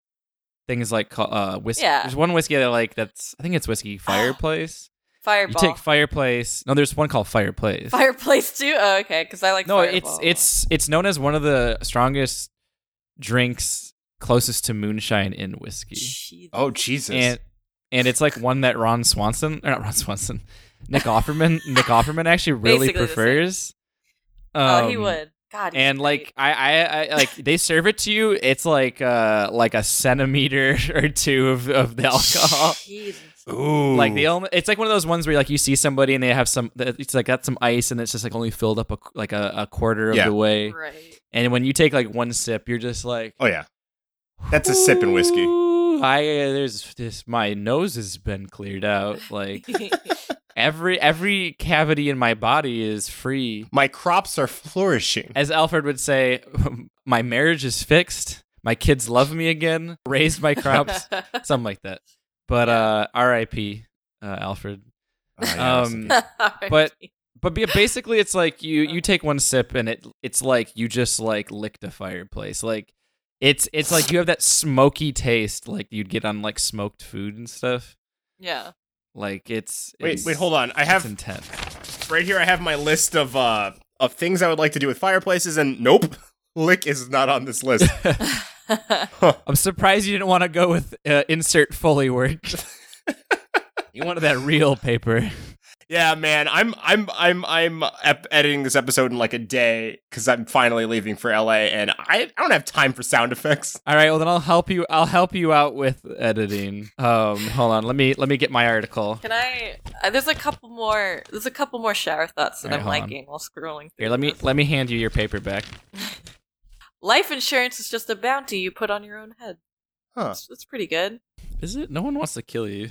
Speaker 1: things like co- uh whiskey.
Speaker 3: Yeah. Ah.
Speaker 1: There's one whiskey that I like that's I think it's whiskey fireplace.
Speaker 3: Fireball.
Speaker 1: You take fireplace. No, there's one called fireplace.
Speaker 3: Fireplace too? Oh, okay, because I like
Speaker 1: no,
Speaker 3: Fireball.
Speaker 1: it's it's it's known as one of the strongest drinks closest to moonshine in whiskey,
Speaker 3: Jesus.
Speaker 2: Oh Jesus!
Speaker 1: and and it's like one that Ron Swanson or not Ron Swanson, Nick Offerman. Nick Offerman actually really
Speaker 3: Basically the same.
Speaker 1: prefers.
Speaker 3: oh, he
Speaker 1: Um,
Speaker 3: would. God, he's
Speaker 1: And
Speaker 3: great.
Speaker 1: like I, I, I like they serve it to you. It's like uh like a centimeter or two of, of the alcohol.
Speaker 3: Jesus.
Speaker 2: Ooh,
Speaker 1: Like the only, it's like one of those ones where like you see somebody and they have some, it's like got some ice and it's just like only filled up a, like a, a quarter of
Speaker 2: Yeah.
Speaker 1: the way.
Speaker 3: Right.
Speaker 1: And when you take like one sip, you're just like,
Speaker 2: Oh yeah, that's a sip in whiskey.
Speaker 1: "Ooh, I uh, there's this my nose has been cleared out. Like every every cavity in my body is free.
Speaker 2: My crops are flourishing.
Speaker 1: As Alfred would say, my marriage is fixed. My kids love me again. Raised my crops, something like that. But uh, R.I.P. Uh, Alfred. Um,
Speaker 3: but
Speaker 1: But be- basically, it's like you you take one sip and it it's like you just like licked a fireplace. Like it's it's like you have that smoky taste like you'd get on like smoked food and stuff.
Speaker 3: yeah,
Speaker 1: Like it's
Speaker 2: wait,
Speaker 1: it's-
Speaker 2: wait, hold on. I
Speaker 1: it's
Speaker 2: have
Speaker 1: intent.
Speaker 2: right here. I have my list of uh of things I would like to do with fireplaces, and nope, lick is not on this list.
Speaker 1: I'm surprised you didn't want to go with uh, insert Foley work. you wanted that real paper.
Speaker 2: Yeah, man, I'm I'm I'm I'm ep- editing this episode in like a day because I'm finally leaving for LA, and I, I don't have time for sound effects.
Speaker 1: All right, well then I'll help you. I'll help you out with editing. Um, hold on. Let me let me get my article.
Speaker 3: Can I? Uh, there's a couple more. There's a couple more shower thoughts that
Speaker 1: Alright,
Speaker 3: I'm
Speaker 1: hold on.
Speaker 3: liking while scrolling.
Speaker 1: Here,
Speaker 3: Through
Speaker 1: let me
Speaker 3: this.
Speaker 1: let me hand you your paper back.
Speaker 3: Life insurance is just a bounty you put on your own head.
Speaker 2: Huh?
Speaker 3: That's, that's pretty good.
Speaker 1: Is it? No one wants to kill you.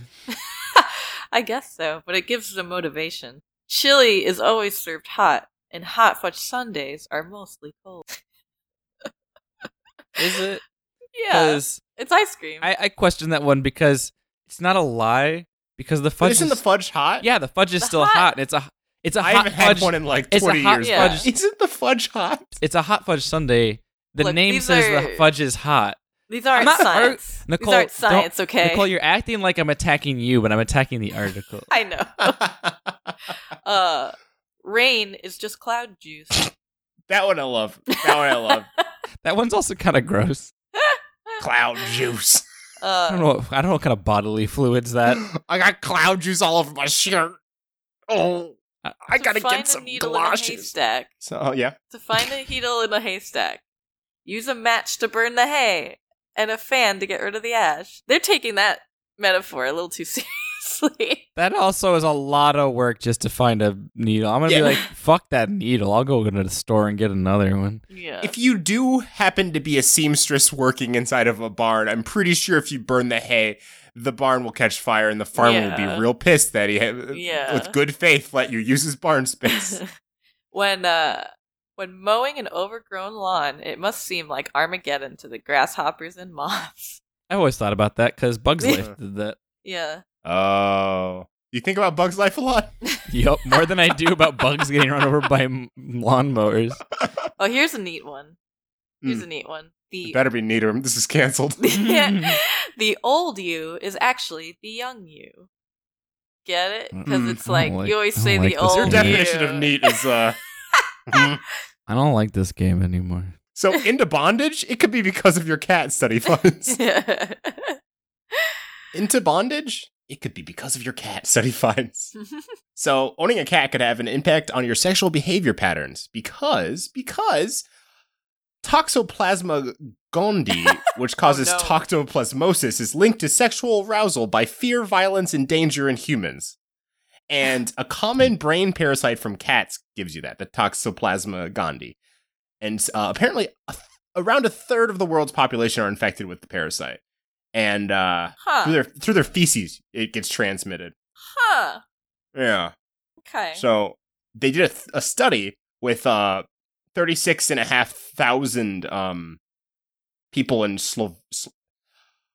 Speaker 3: I guess so, but it gives them motivation. Chili is always served hot, and hot fudge sundaes are mostly cold.
Speaker 1: Is it?
Speaker 3: Yeah,
Speaker 1: Because
Speaker 3: it's ice cream.
Speaker 1: I I question that one because it's not a lie because the fudge
Speaker 2: Isn't
Speaker 1: is,
Speaker 2: the fudge hot?
Speaker 1: yeah the fudge is
Speaker 3: The
Speaker 1: still
Speaker 3: hot-
Speaker 1: hot. and It's a it's a
Speaker 2: I
Speaker 1: hot
Speaker 2: haven't had
Speaker 1: fudge.
Speaker 2: one in like
Speaker 1: it's a
Speaker 2: 20
Speaker 1: hot
Speaker 2: years.
Speaker 3: Yeah.
Speaker 1: fudge.
Speaker 2: Isn't the fudge hot?
Speaker 1: It's a hot fudge Sunday. The
Speaker 3: Look,
Speaker 1: name
Speaker 3: these
Speaker 1: says
Speaker 3: are-
Speaker 1: the fudge is hot.
Speaker 3: These aren't
Speaker 1: not arg-
Speaker 3: science.
Speaker 1: Nicole,
Speaker 3: These aren't
Speaker 1: don't-
Speaker 3: science. Okay.
Speaker 1: Nicole, you're acting like I'm attacking you, but I'm attacking the article.
Speaker 3: I know. Uh, rain is just cloud juice.
Speaker 2: that one I love. That one I love.
Speaker 1: that one's also kind of gross.
Speaker 2: cloud juice.
Speaker 1: I don't
Speaker 3: Uh,
Speaker 1: know. What, I don't know what kind of bodily fluids that.
Speaker 2: I got cloud juice all over my shirt. Oh,
Speaker 1: I-
Speaker 2: I
Speaker 3: to
Speaker 2: gotta
Speaker 3: find
Speaker 2: get
Speaker 3: a
Speaker 2: some
Speaker 3: needle in a
Speaker 2: galoshes.
Speaker 3: haystack.
Speaker 2: So oh, yeah,
Speaker 3: To find a needle in a haystack, use a match to burn the hay and a fan to get rid of the ash. They're taking that metaphor a little too seriously.
Speaker 1: That also is a lot of work just to find a needle. I'm gonna
Speaker 2: Yeah.
Speaker 1: be like, fuck that needle. I'll go to the store and get another one.
Speaker 3: yeah.
Speaker 2: If you do happen to be a seamstress working inside of a barn, I'm pretty sure if you burn the hay, the barn will catch fire and the farmer will
Speaker 3: Yeah.
Speaker 2: be real pissed that he, ha-
Speaker 3: Yeah.
Speaker 2: with good faith, let you use his barn space.
Speaker 3: when uh when mowing an overgrown lawn, it must seem like Armageddon to the grasshoppers and moths.
Speaker 1: I always thought about that because Bugs
Speaker 2: Yeah.
Speaker 1: Life did that.
Speaker 3: Yeah.
Speaker 2: oh. You think about Bug's life a lot?
Speaker 1: Yup, more than I do about bugs getting run over by m- lawnmowers.
Speaker 3: Oh, here's a neat one. Here's
Speaker 2: Mm.
Speaker 3: a neat one.
Speaker 2: It
Speaker 3: The
Speaker 2: better be Needham. This is canceled.
Speaker 3: the old you is actually the young you. Get it? Because
Speaker 2: Mm,
Speaker 3: it's
Speaker 1: I don't
Speaker 3: like,
Speaker 1: like-
Speaker 3: you always
Speaker 1: I don't
Speaker 3: say
Speaker 1: like
Speaker 3: the
Speaker 1: this
Speaker 3: old.
Speaker 2: Your
Speaker 1: Neat.
Speaker 2: definition
Speaker 3: you.
Speaker 2: of neat is uh mhm.
Speaker 1: I don't like this game anymore.
Speaker 2: So into bondage, it could be because of your cat study funds. into bondage, it could be because of your cat study funds. So, owning a cat could have an impact on your sexual behavior patterns because because Toxoplasma gondii, which causes
Speaker 3: no.
Speaker 2: toxoplasmosis, is linked to sexual arousal by fear, violence, and danger in humans. And a common brain parasite from cats gives you that, the Toxoplasma gondii. And uh, apparently, a th- around a third of the world's population are infected with the parasite. And uh, through
Speaker 3: huh.
Speaker 2: their through their feces, it gets transmitted.
Speaker 3: Huh.
Speaker 2: Yeah.
Speaker 3: Okay.
Speaker 2: So they did a, th- a study with uh, 36 and a half thousand um, people in Slo- Slo-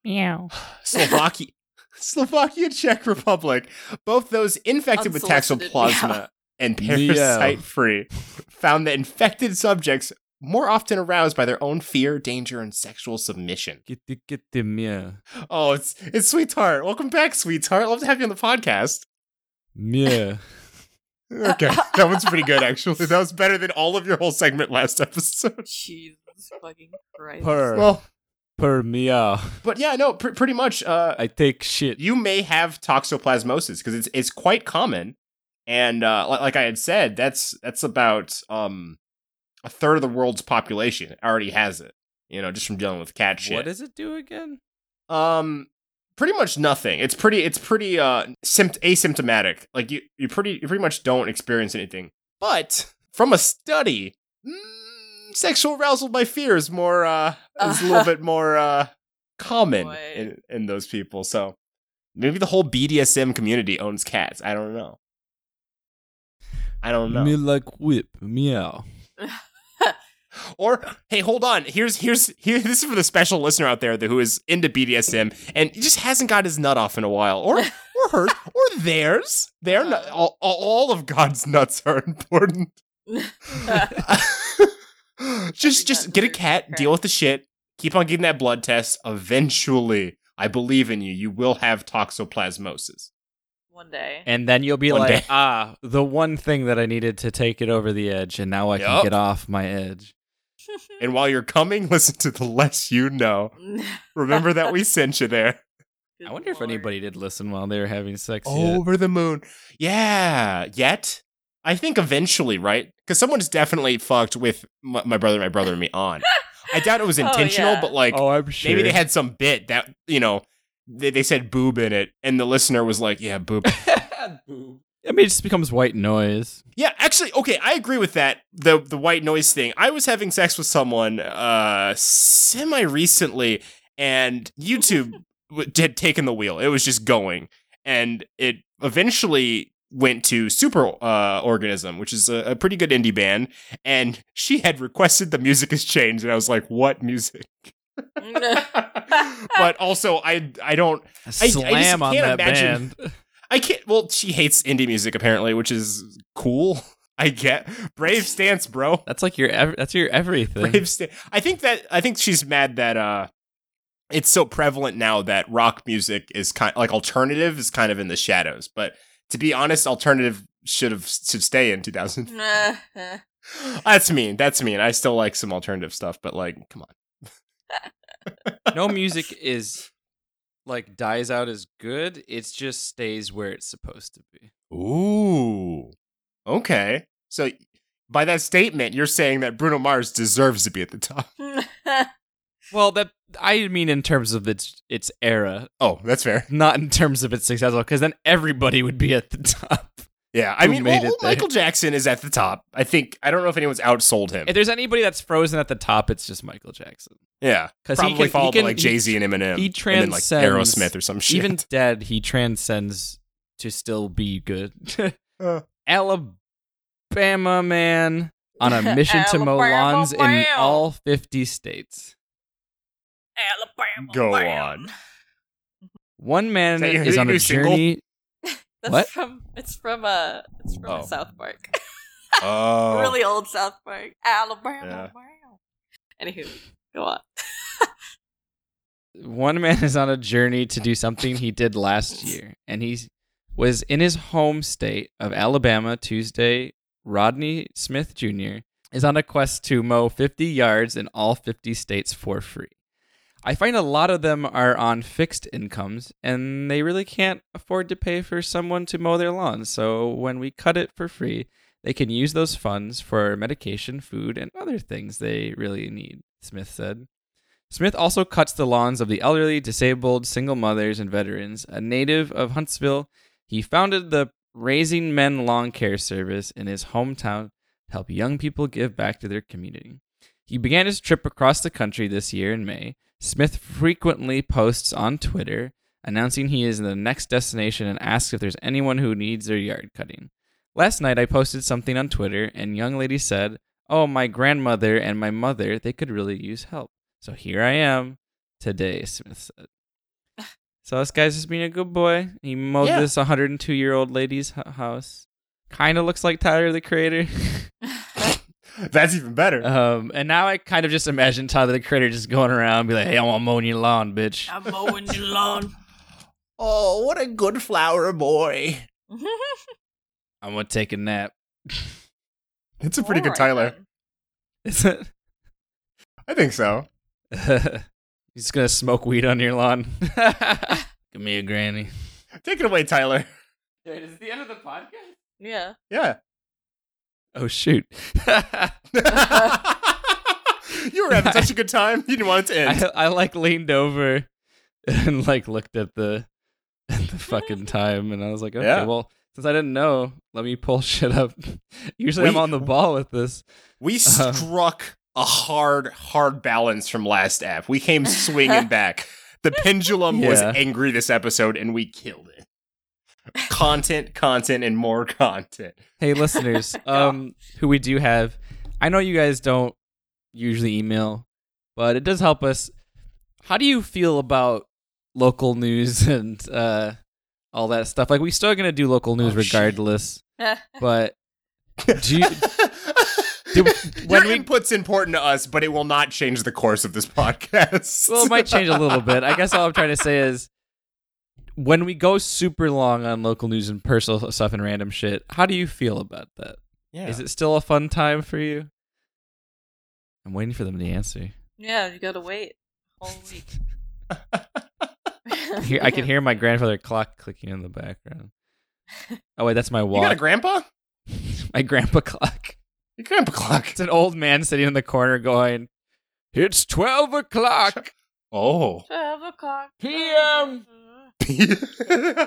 Speaker 5: Meow.
Speaker 2: Slovakia. Slovakia, Czech Republic, both those infected with
Speaker 3: Unsolicited,
Speaker 2: toxoplasma
Speaker 3: yeah.
Speaker 2: and
Speaker 1: Yeah.
Speaker 2: parasite free found that infected subjects more often aroused by their own fear, danger, and sexual submission.
Speaker 1: Get the get the meow.
Speaker 2: Oh, it's it's sweetheart. Welcome back, sweetheart. Love to have you on the podcast.
Speaker 1: Meow.
Speaker 2: Okay, that one's pretty good actually. That was better than all of your whole segment last episode.
Speaker 3: Jesus fucking Christ.
Speaker 1: Purr.
Speaker 2: Well,
Speaker 1: Per meow.
Speaker 2: but yeah, no, pr- pretty much. Uh,
Speaker 1: I take shit.
Speaker 2: you may have toxoplasmosis because it's it's quite common, and uh, li- like I had said, that's that's about um a third of the world's population already has it. You know, just from dealing with cat shit.
Speaker 1: What does it do again?
Speaker 2: Um, pretty much nothing. It's pretty. It's pretty uh sympt- asymptomatic. Like you, you pretty you pretty much don't experience anything. But from a study, mm, sexual arousal by fear is more uh is a little bit more uh common
Speaker 3: Boy.
Speaker 2: in in those people. So maybe the whole BDSM community owns cats. I don't know. I don't know.
Speaker 1: like whip. Meow.
Speaker 2: Or hey, hold on. Here's here's here. This is for the special listener out there that, who is into BDSM and just hasn't got his nut off in a while, or or hers, or theirs. They're not,
Speaker 3: Uh.
Speaker 2: all, all of God's nuts are important. just
Speaker 3: Every nut
Speaker 2: just get a
Speaker 3: deserves
Speaker 2: cat,
Speaker 3: crack.
Speaker 2: deal with the shit. Keep on getting that blood test. Eventually, I believe in you. You will have toxoplasmosis.
Speaker 3: One day.
Speaker 1: And then you'll be
Speaker 2: One
Speaker 1: like,
Speaker 2: day.
Speaker 1: ah, the one thing that I needed to take it over the edge, and now I
Speaker 2: Yup.
Speaker 1: can get off my edge.
Speaker 2: And while you're coming, listen to the less you know. Remember that we sent you there.
Speaker 3: Good
Speaker 1: I wonder if
Speaker 3: lord.
Speaker 1: anybody did listen while they were having sex. yet.
Speaker 2: Over the moon. Yeah. Yet? I think eventually, right? Because someone's definitely fucked with my, my brother, my brother, and me on. I doubt it was
Speaker 3: Oh,
Speaker 2: intentional,
Speaker 3: yeah.
Speaker 2: but like
Speaker 1: oh, I'm sure.
Speaker 2: maybe they had some bit that, you know, they, they said boob in it, and the listener was like, yeah, boob.
Speaker 1: I mean, it just becomes white noise.
Speaker 2: Yeah, actually, okay, I agree with that. The the white noise thing. I was having sex with someone uh semi recently and YouTube w- had taken the wheel. It was just going and it eventually went to Super uh, Organism, which is a, a pretty good indie band, and she had requested the music has changed and I was like, "What music?" but also I I don't I just
Speaker 1: Slam on
Speaker 2: can't
Speaker 1: that
Speaker 2: imagine-
Speaker 1: band.
Speaker 2: I can't. Well, she hates indie music apparently, which is cool. I get brave stance, bro.
Speaker 1: That's like your. Ev- that's your everything.
Speaker 2: Brave stance. I think that I think she's mad that uh, it's so prevalent now that rock music is kind like alternative is kind of in the shadows. But to be honest, alternative should have should stay in 2000.
Speaker 3: Nah.
Speaker 2: That's mean. That's mean. I still like some alternative stuff, but like, come on.
Speaker 1: no music is like dies out as good. It just stays where it's supposed to be.
Speaker 2: Ooh. Okay. So by that statement, you're saying that Bruno Mars deserves to be at the top.
Speaker 1: Well, that I mean in terms of its its era,
Speaker 2: Oh, that's fair.
Speaker 1: not in terms of its successful, because then everybody would be at the top.
Speaker 2: Yeah, I
Speaker 1: who
Speaker 2: mean,
Speaker 1: made
Speaker 2: well,
Speaker 1: it there.
Speaker 2: Michael Jackson is at the top. I think I don't know if anyone's outsold him.
Speaker 1: If there's anybody that's frozen at the top, it's just Michael Jackson.
Speaker 2: yeah,
Speaker 1: 'Cause he
Speaker 2: probably
Speaker 1: can- he
Speaker 2: followed
Speaker 1: can-
Speaker 2: by like
Speaker 1: he-
Speaker 2: Jay Z and Eminem.
Speaker 1: he
Speaker 2: and then, like
Speaker 1: transcends
Speaker 2: Aerosmith or some shit.
Speaker 1: e-, Even dead, he transcends to still be good.
Speaker 2: Uh.
Speaker 1: Alabama man on a mission to
Speaker 3: Alabama
Speaker 1: Molans in
Speaker 3: man.
Speaker 1: all 50 states.
Speaker 3: Alabama.
Speaker 2: Go
Speaker 3: man.
Speaker 2: on.
Speaker 1: One man
Speaker 2: Is that your-
Speaker 1: is
Speaker 2: your
Speaker 1: on a
Speaker 2: new single?
Speaker 1: journey.
Speaker 3: That's
Speaker 1: What?
Speaker 3: from it's from uh it's from
Speaker 2: Oh.
Speaker 3: South Park.
Speaker 2: oh,
Speaker 3: really old South Park. Alabama.
Speaker 2: Yeah.
Speaker 3: wow. Anywho, go on.
Speaker 1: One man is on a journey to do something he did last year, and he was in his home state of Alabama Tuesday. Rodney Smith Jr. is on a quest to mow 50 yards in all 50 states for free. I find a lot of them are on fixed incomes and they really can't afford to pay for someone to mow their lawn. So when we cut it for free, they can use those funds for medication, food, and other things they really need, Smith said. Smith also cuts the lawns of the elderly, disabled, single mothers, and veterans. A native of Huntsville, he founded the Raising Men Lawn Care Service in his hometown to help young people give back to their community. He began his trip across the country this year in May. Smith frequently posts on Twitter announcing he is in the next destination and asks if there's anyone who needs their yard cutting. Last night I posted something on Twitter and young lady said, "Oh, my grandmother and my mother, they could really use help." So here I am today, Smith said. So this guy's just being a good boy. He mowed
Speaker 2: Yeah.
Speaker 1: this 102 year old lady's h- house. Kind of looks like Tyler the Creator.
Speaker 2: that's even better.
Speaker 1: um, and now I kind of just imagine Tyler the Creator just going around and be like, hey, I want to mow your lawn, bitch.
Speaker 3: I'm mowing your lawn.
Speaker 2: oh, what a good flower boy.
Speaker 1: I'm going to take a nap.
Speaker 2: It's a pretty good Tyler.
Speaker 1: Is it?
Speaker 2: I think so.
Speaker 1: He's going to smoke weed on your lawn. Give me a granny.
Speaker 2: Take it away, Tyler.
Speaker 1: Wait, is the end of the podcast?
Speaker 3: Yeah.
Speaker 2: Yeah.
Speaker 1: Oh, shoot.
Speaker 2: you were having such a good time. You didn't want it to end.
Speaker 1: I, I like leaned over and like looked at the at the fucking time and I was like, okay,
Speaker 2: Yeah.
Speaker 1: well, since I didn't know, let me pull shit up. Usually I'm
Speaker 2: We-
Speaker 1: on the ball with this.
Speaker 2: We
Speaker 1: Uh-huh.
Speaker 2: struck a hard, hard balance from last app. We came swinging back. The pendulum was
Speaker 1: Yeah.
Speaker 2: angry this episode, and we killed it. Content, content, and more content.
Speaker 1: Hey listeners,
Speaker 3: Yeah.
Speaker 1: um who we do have. I know you guys don't usually email, but it does help us. How do you feel about local news and uh all that stuff? Like we still gonna do local news
Speaker 2: Oh, shit.
Speaker 1: regardless,
Speaker 3: Yeah.
Speaker 1: but do you,
Speaker 2: Your
Speaker 1: do, when we
Speaker 2: input's important to us, but it will not change the course of this podcast.
Speaker 1: well, it might change a little bit. I guess all I'm trying to say is when we go super long on local news and personal stuff and random shit, how do you feel about that? Is
Speaker 2: Yeah.
Speaker 1: it still a fun time for you? I'm waiting for them to answer.
Speaker 3: Yeah, you gotta wait a whole week.
Speaker 1: hear, I can hear my grandfather clock clicking in the background. Oh wait, that's my
Speaker 2: You got a
Speaker 1: watch.
Speaker 2: grandpa?
Speaker 1: my grandpa clock.
Speaker 2: Your grandpa clock.
Speaker 1: It's an old man sitting in the corner going, "It's twelve o'clock."
Speaker 2: Oh.
Speaker 3: Twelve o'clock.
Speaker 1: PM.
Speaker 2: he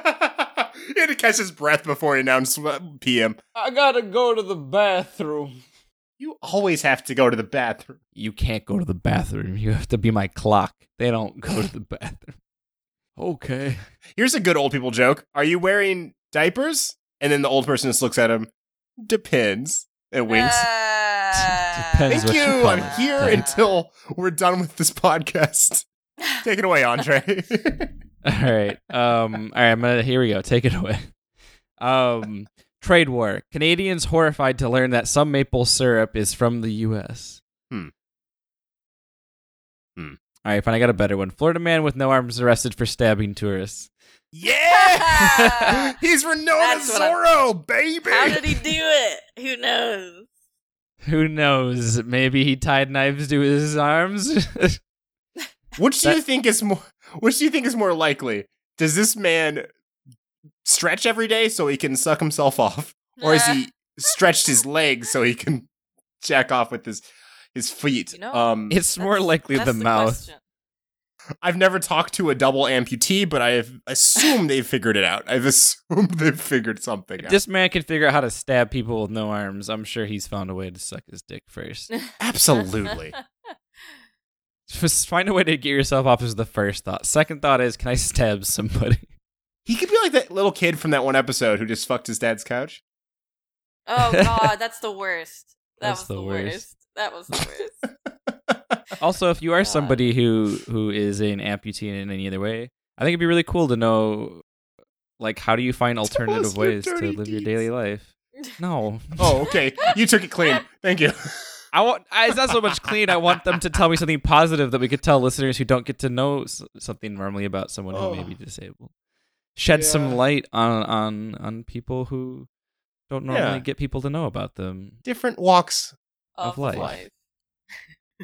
Speaker 2: had to catch his breath before he announced uh, PM.
Speaker 1: I gotta go to the bathroom.
Speaker 2: You always have to go to the bathroom.
Speaker 1: You can't go to the bathroom. You have to be my clock. They don't go to the bathroom. Okay.
Speaker 2: Here's a good old people joke. Are you wearing diapers? And then the old person just looks at him. Depends. And winks.
Speaker 3: Uh,
Speaker 1: Depends
Speaker 2: Thank
Speaker 1: what
Speaker 2: you.
Speaker 1: you call
Speaker 2: I'm
Speaker 1: it.
Speaker 2: here
Speaker 1: Thanks.
Speaker 2: until we're done with this podcast. Take it away, Andre.
Speaker 1: All right. Um. All right. I'm gonna. Here we go. Take it away. Um. Trade war. Canadians horrified to learn that some maple syrup is from the U.S.
Speaker 2: Hmm. Hmm.
Speaker 1: All right. Fine. I got a better one. Florida man with no arms arrested for stabbing tourists.
Speaker 2: yeah! He's Renona
Speaker 3: That's what I'm-
Speaker 2: Zorro, baby!
Speaker 3: How did he do it? Who knows?
Speaker 1: Who knows? Maybe he tied knives to his arms.
Speaker 2: Which do
Speaker 1: That-
Speaker 2: you think is more? Which do you think is more likely? Does this man stretch every day so he can suck himself off, or has he stretched his legs so he can jack off with his his feet?
Speaker 3: You know,
Speaker 2: um,
Speaker 1: it's more
Speaker 3: That's-
Speaker 1: likely
Speaker 3: that's
Speaker 1: the mouth.
Speaker 3: question.
Speaker 2: I've never talked to a double amputee, but I've assumed they've figured it out. I've assumed they've figured something out.
Speaker 1: This man can figure out how to stab people with no arms. I'm sure he's found a way to suck his dick first.
Speaker 2: Absolutely.
Speaker 1: Just find a way to get yourself off is the first thought. Second thought is, can I stab somebody?
Speaker 2: He could be like that little kid from that one episode who just fucked his dad's couch.
Speaker 3: Oh god, that's the worst. That
Speaker 1: That's
Speaker 3: was
Speaker 1: the
Speaker 3: the,
Speaker 1: worst.
Speaker 3: worst. That was the worst.
Speaker 1: Also, if you are
Speaker 3: God.
Speaker 1: somebody who who is an amputee in any other way, I think it'd be really cool to know, like, how do you find
Speaker 2: Tell us
Speaker 1: alternative
Speaker 2: your
Speaker 1: ways to
Speaker 2: dirty
Speaker 1: live your
Speaker 2: deeds.
Speaker 1: daily life? No,
Speaker 2: Oh, okay. you took it clean. Thank you.
Speaker 1: I want. I, it's not so much clean. I want them to tell me something positive that we could tell listeners who don't get to know s- something normally about someone who may
Speaker 2: Oh.
Speaker 1: be disabled. Shed some
Speaker 2: Yeah.
Speaker 1: light on on on people who don't normally
Speaker 2: Yeah.
Speaker 1: get people to know about them,
Speaker 2: Different walks
Speaker 1: Of
Speaker 3: Of
Speaker 1: life.
Speaker 3: life.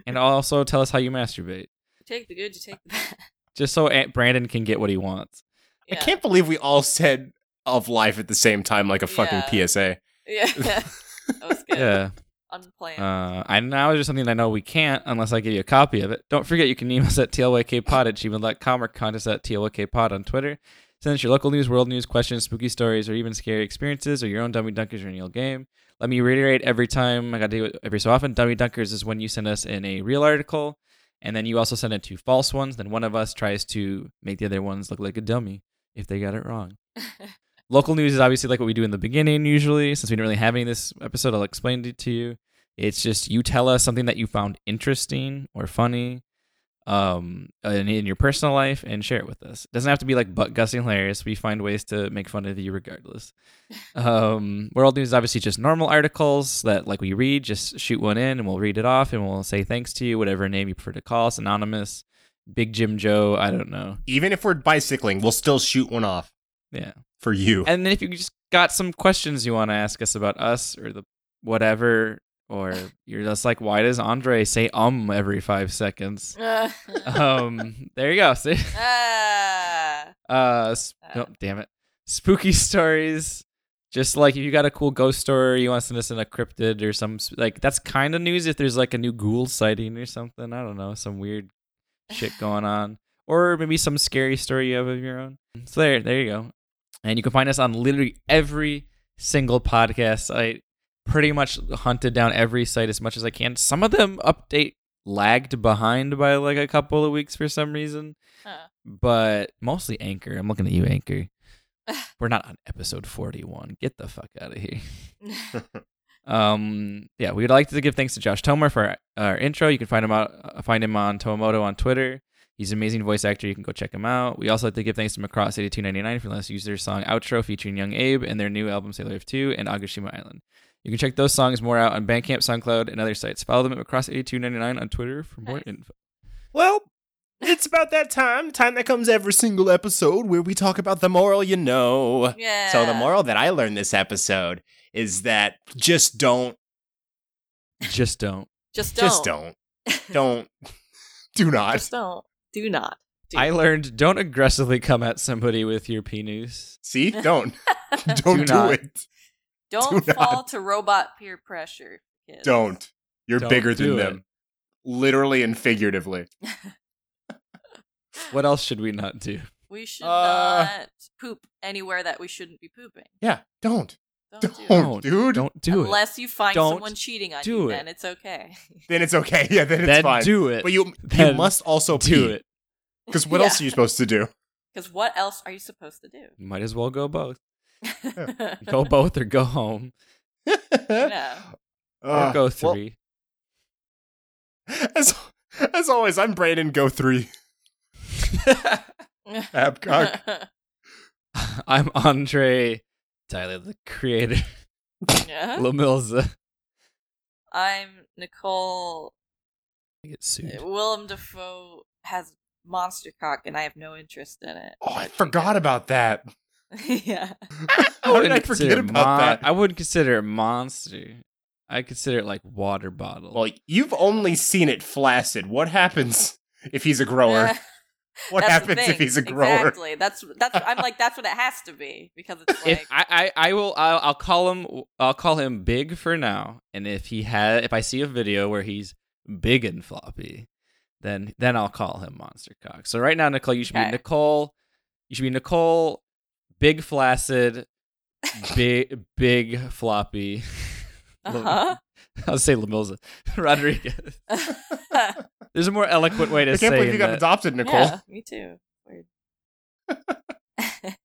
Speaker 1: and also tell us how you masturbate,
Speaker 3: You take the good, you take the bad.
Speaker 1: just so Aunt Brandon can get what he wants.
Speaker 2: I
Speaker 3: Yeah.
Speaker 2: can't believe we all said of life at the same time, like a fucking
Speaker 3: Yeah.
Speaker 2: PSA.
Speaker 3: Yeah. that was good.
Speaker 1: Yeah.
Speaker 3: Unplanned.
Speaker 1: Uh, I now there's something I know we can't unless I give you a copy of it. Don't forget you can email us at tlykpod at gmail.com or contest at tlykpod on Twitter. Send us your local news, world news, questions, spooky stories, or even scary experiences or your own Dummy Dunkers or an old game. Let me reiterate every time I got to do it every so often. Dummy Dunkers is when you send us in a real article, and then you also send in two false ones. Then one of us tries to make the other ones look like a dummy if they got it wrong. local news is obviously like what we do in the beginning usually. Since we didn't really have any this episode, I'll explain it to you. It's just you tell us something that you found interesting or funny um in, in your personal life and share it with us. It doesn't have to be like butt gussing hilarious. We find ways to make fun of you regardless. Um World News is obviously just normal articles that like we read, just shoot one in and we'll read it off and we'll say thanks to you, whatever name you prefer to call us, anonymous, Big Jim Joe, I don't know.
Speaker 2: Even if we're bicycling, we'll still shoot one off
Speaker 1: Yeah.
Speaker 2: for you.
Speaker 1: And then if you just got some questions you want to ask us about us or the whatever, or you're just like, why does Andre say um every five seconds?
Speaker 3: Uh,
Speaker 1: Um, there you go. See?
Speaker 3: ah.
Speaker 1: Uh, sp- no, damn it. Spooky stories. Just like if you got a cool ghost story, you want to send us in a cryptid or some sp- like that's kind of news. If there's like a new ghoul sighting or something, I don't know, some weird shit going on, or maybe some scary story you have of your own. So there, there you go. And you can find us on literally every single podcast site. Pretty much hunted down every site as much as I can. Some of them update lagged behind by like a couple of weeks for some reason,
Speaker 3: Huh.
Speaker 1: but mostly Anchor. I'm looking at you, Anchor. We're not on episode 41. Get the fuck out of here. Um, yeah, we'd like to give thanks to Josh Tomer for our intro. You can find him out, uh, find him on Tomomoto on Twitter. He's an amazing voice actor. You can go check him out. We also like to give thanks to Macross eighty two ninety nine for letting us use their song outro featuring Young Abe and their new album Sailor of Two and Agashima Island. You can check those songs more out on Bandcamp, SoundCloud, and other sites. Follow them at Macross eighty two ninety nine on Twitter for more
Speaker 3: Nice.
Speaker 1: info.
Speaker 2: Well, it's about that time, time that comes every single episode where we talk about the moral you know.
Speaker 3: yeah.
Speaker 2: So, the moral that I learned this episode is that just don't,
Speaker 1: Just don't.
Speaker 3: Just don't.
Speaker 2: just don't, don't, do not.
Speaker 3: Just don't. Do not.
Speaker 1: I learned don't aggressively come at somebody with your penis.
Speaker 2: See, don't don't do,
Speaker 1: Do not.
Speaker 2: it.
Speaker 3: Don't
Speaker 2: do not.
Speaker 3: fall to robot peer pressure. kids.
Speaker 2: Don't. You're
Speaker 1: Don't
Speaker 2: bigger
Speaker 1: do
Speaker 2: than
Speaker 1: it.
Speaker 2: them, literally and figuratively.
Speaker 1: What else should we not do?
Speaker 3: We should
Speaker 2: Uh.
Speaker 3: not poop anywhere that we shouldn't be pooping.
Speaker 2: Yeah, don't,
Speaker 3: Don't,
Speaker 2: don't,
Speaker 3: do it.
Speaker 2: dude.
Speaker 1: Don't do it.
Speaker 3: Unless you find
Speaker 1: Don't
Speaker 3: someone cheating on
Speaker 1: do it.
Speaker 3: you, then it's okay.
Speaker 2: Then it's okay. Yeah, then it's
Speaker 1: Then
Speaker 2: fine.
Speaker 1: do it.
Speaker 2: But you you
Speaker 1: Then
Speaker 2: must also
Speaker 1: do it.
Speaker 2: because what
Speaker 3: Yeah.
Speaker 2: else are you supposed to do?
Speaker 3: Because what else are you supposed to do?
Speaker 1: Might as well go both. Go both or go home.
Speaker 3: Yeah.
Speaker 2: Uh,
Speaker 1: or go
Speaker 2: well,
Speaker 1: three.
Speaker 2: as as always, I'm Brayden. Go three. uh, Babcock.
Speaker 1: I'm Andre Tyler, the creator.
Speaker 3: Yeah.
Speaker 1: Oh. Lamilza.
Speaker 3: I'm Nicole. eh,
Speaker 1: I get sued.
Speaker 3: Willem Dafoe has monster cock, and I have no interest in it.
Speaker 2: Oh, I forgot about that.
Speaker 3: yeah.
Speaker 2: How did I
Speaker 1: wouldn't
Speaker 2: forget
Speaker 1: consider
Speaker 2: about
Speaker 1: mon-
Speaker 2: that?
Speaker 1: I wouldn't consider it monster. I consider it like water bottle.
Speaker 2: Well, you've only seen it flaccid. What happens if he's a grower? What
Speaker 3: That's the
Speaker 2: happens if
Speaker 3: thing.
Speaker 2: he's a grower?
Speaker 3: Exactly. That's that's. I'm like that's what it has to be because it's like
Speaker 1: if I, I, I will I'll, I'll call him I'll call him big for now. And if he had if I see a video where he's big and floppy, then then I'll call him monster cock. So right now, Nicole, you should
Speaker 3: Okay.
Speaker 1: be Nicole. You should be Nicole, big flaccid, big big floppy.
Speaker 3: Uh-huh.
Speaker 1: I'll say Lamilza Rodriguez. There's a more eloquent way to
Speaker 2: I
Speaker 1: say uh,
Speaker 2: can't believe you got
Speaker 1: that-
Speaker 2: adopted, Nicole.
Speaker 3: Yeah, me too. Weird.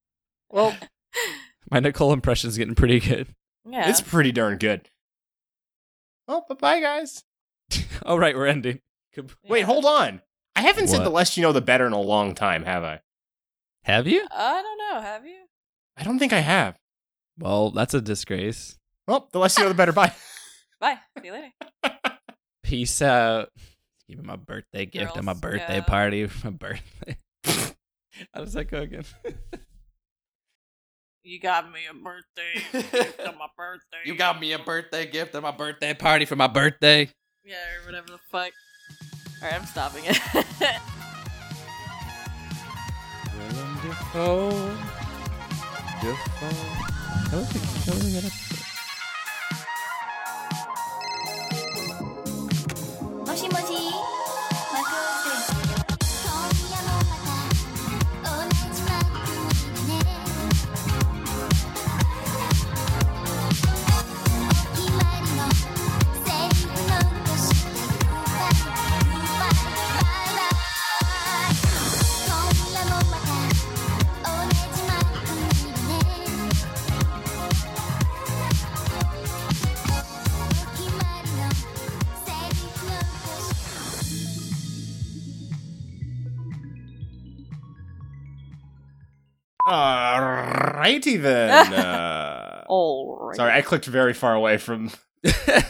Speaker 2: Well,
Speaker 1: My Nicole impression's getting pretty good.
Speaker 3: Yeah.
Speaker 2: it's pretty darn good. Well, but bye, guys.
Speaker 1: All right, we're ending. Good-
Speaker 2: Wait, hold on. I haven't said
Speaker 1: What?
Speaker 2: the less you know, the better in a long time, have I?
Speaker 1: Have you?
Speaker 3: I don't know. Have you?
Speaker 2: I don't think I have.
Speaker 1: Well, that's a disgrace.
Speaker 2: Well, the less you know, the better. Bye.
Speaker 3: Bye. See you later.
Speaker 1: Peace out. Give me my birthday gift at my
Speaker 3: Girls
Speaker 1: birthday
Speaker 3: go.
Speaker 1: party. My birthday. How does that go again?
Speaker 3: You got me a birthday. gift on my birthday.
Speaker 1: me a birthday gift at my birthday party for my birthday.
Speaker 3: Yeah, or whatever the fuck. All right, I'm stopping it.
Speaker 6: 「もしもしマクオくん」「今夜もまた同じマックにね」「ひまりのセリフのとしてグバイグバイバイ」「今夜もまた同じマックにね」「ひまりのセリフのとして」
Speaker 2: Alrighty then. Uh,
Speaker 3: All right.
Speaker 2: sorry, I clicked very far away from. there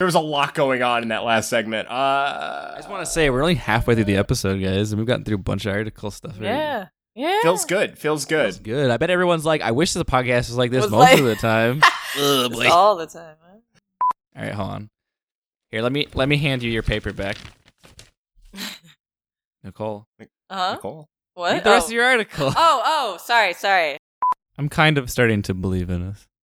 Speaker 2: was a lot going on in that last segment. Uh,
Speaker 1: I just want to say we're only halfway through the episode, guys, and we've gotten through a bunch of article stuff. already.
Speaker 3: Yeah. Yeah.
Speaker 2: feels good. Feels
Speaker 1: It's
Speaker 2: good.
Speaker 1: good. I bet everyone's like, I wish the podcast was like this
Speaker 3: Was
Speaker 1: most
Speaker 3: like-
Speaker 1: of the time.
Speaker 3: Just all the time. Huh?
Speaker 1: All right, hold on. Here, let me let me hand you your paper back, Nicole.
Speaker 3: Uh-huh.
Speaker 2: Nicole.
Speaker 3: What?
Speaker 1: Read the rest
Speaker 3: oh.
Speaker 1: of your article.
Speaker 3: oh, oh, sorry, sorry.
Speaker 1: I'm kind of starting to believe in us.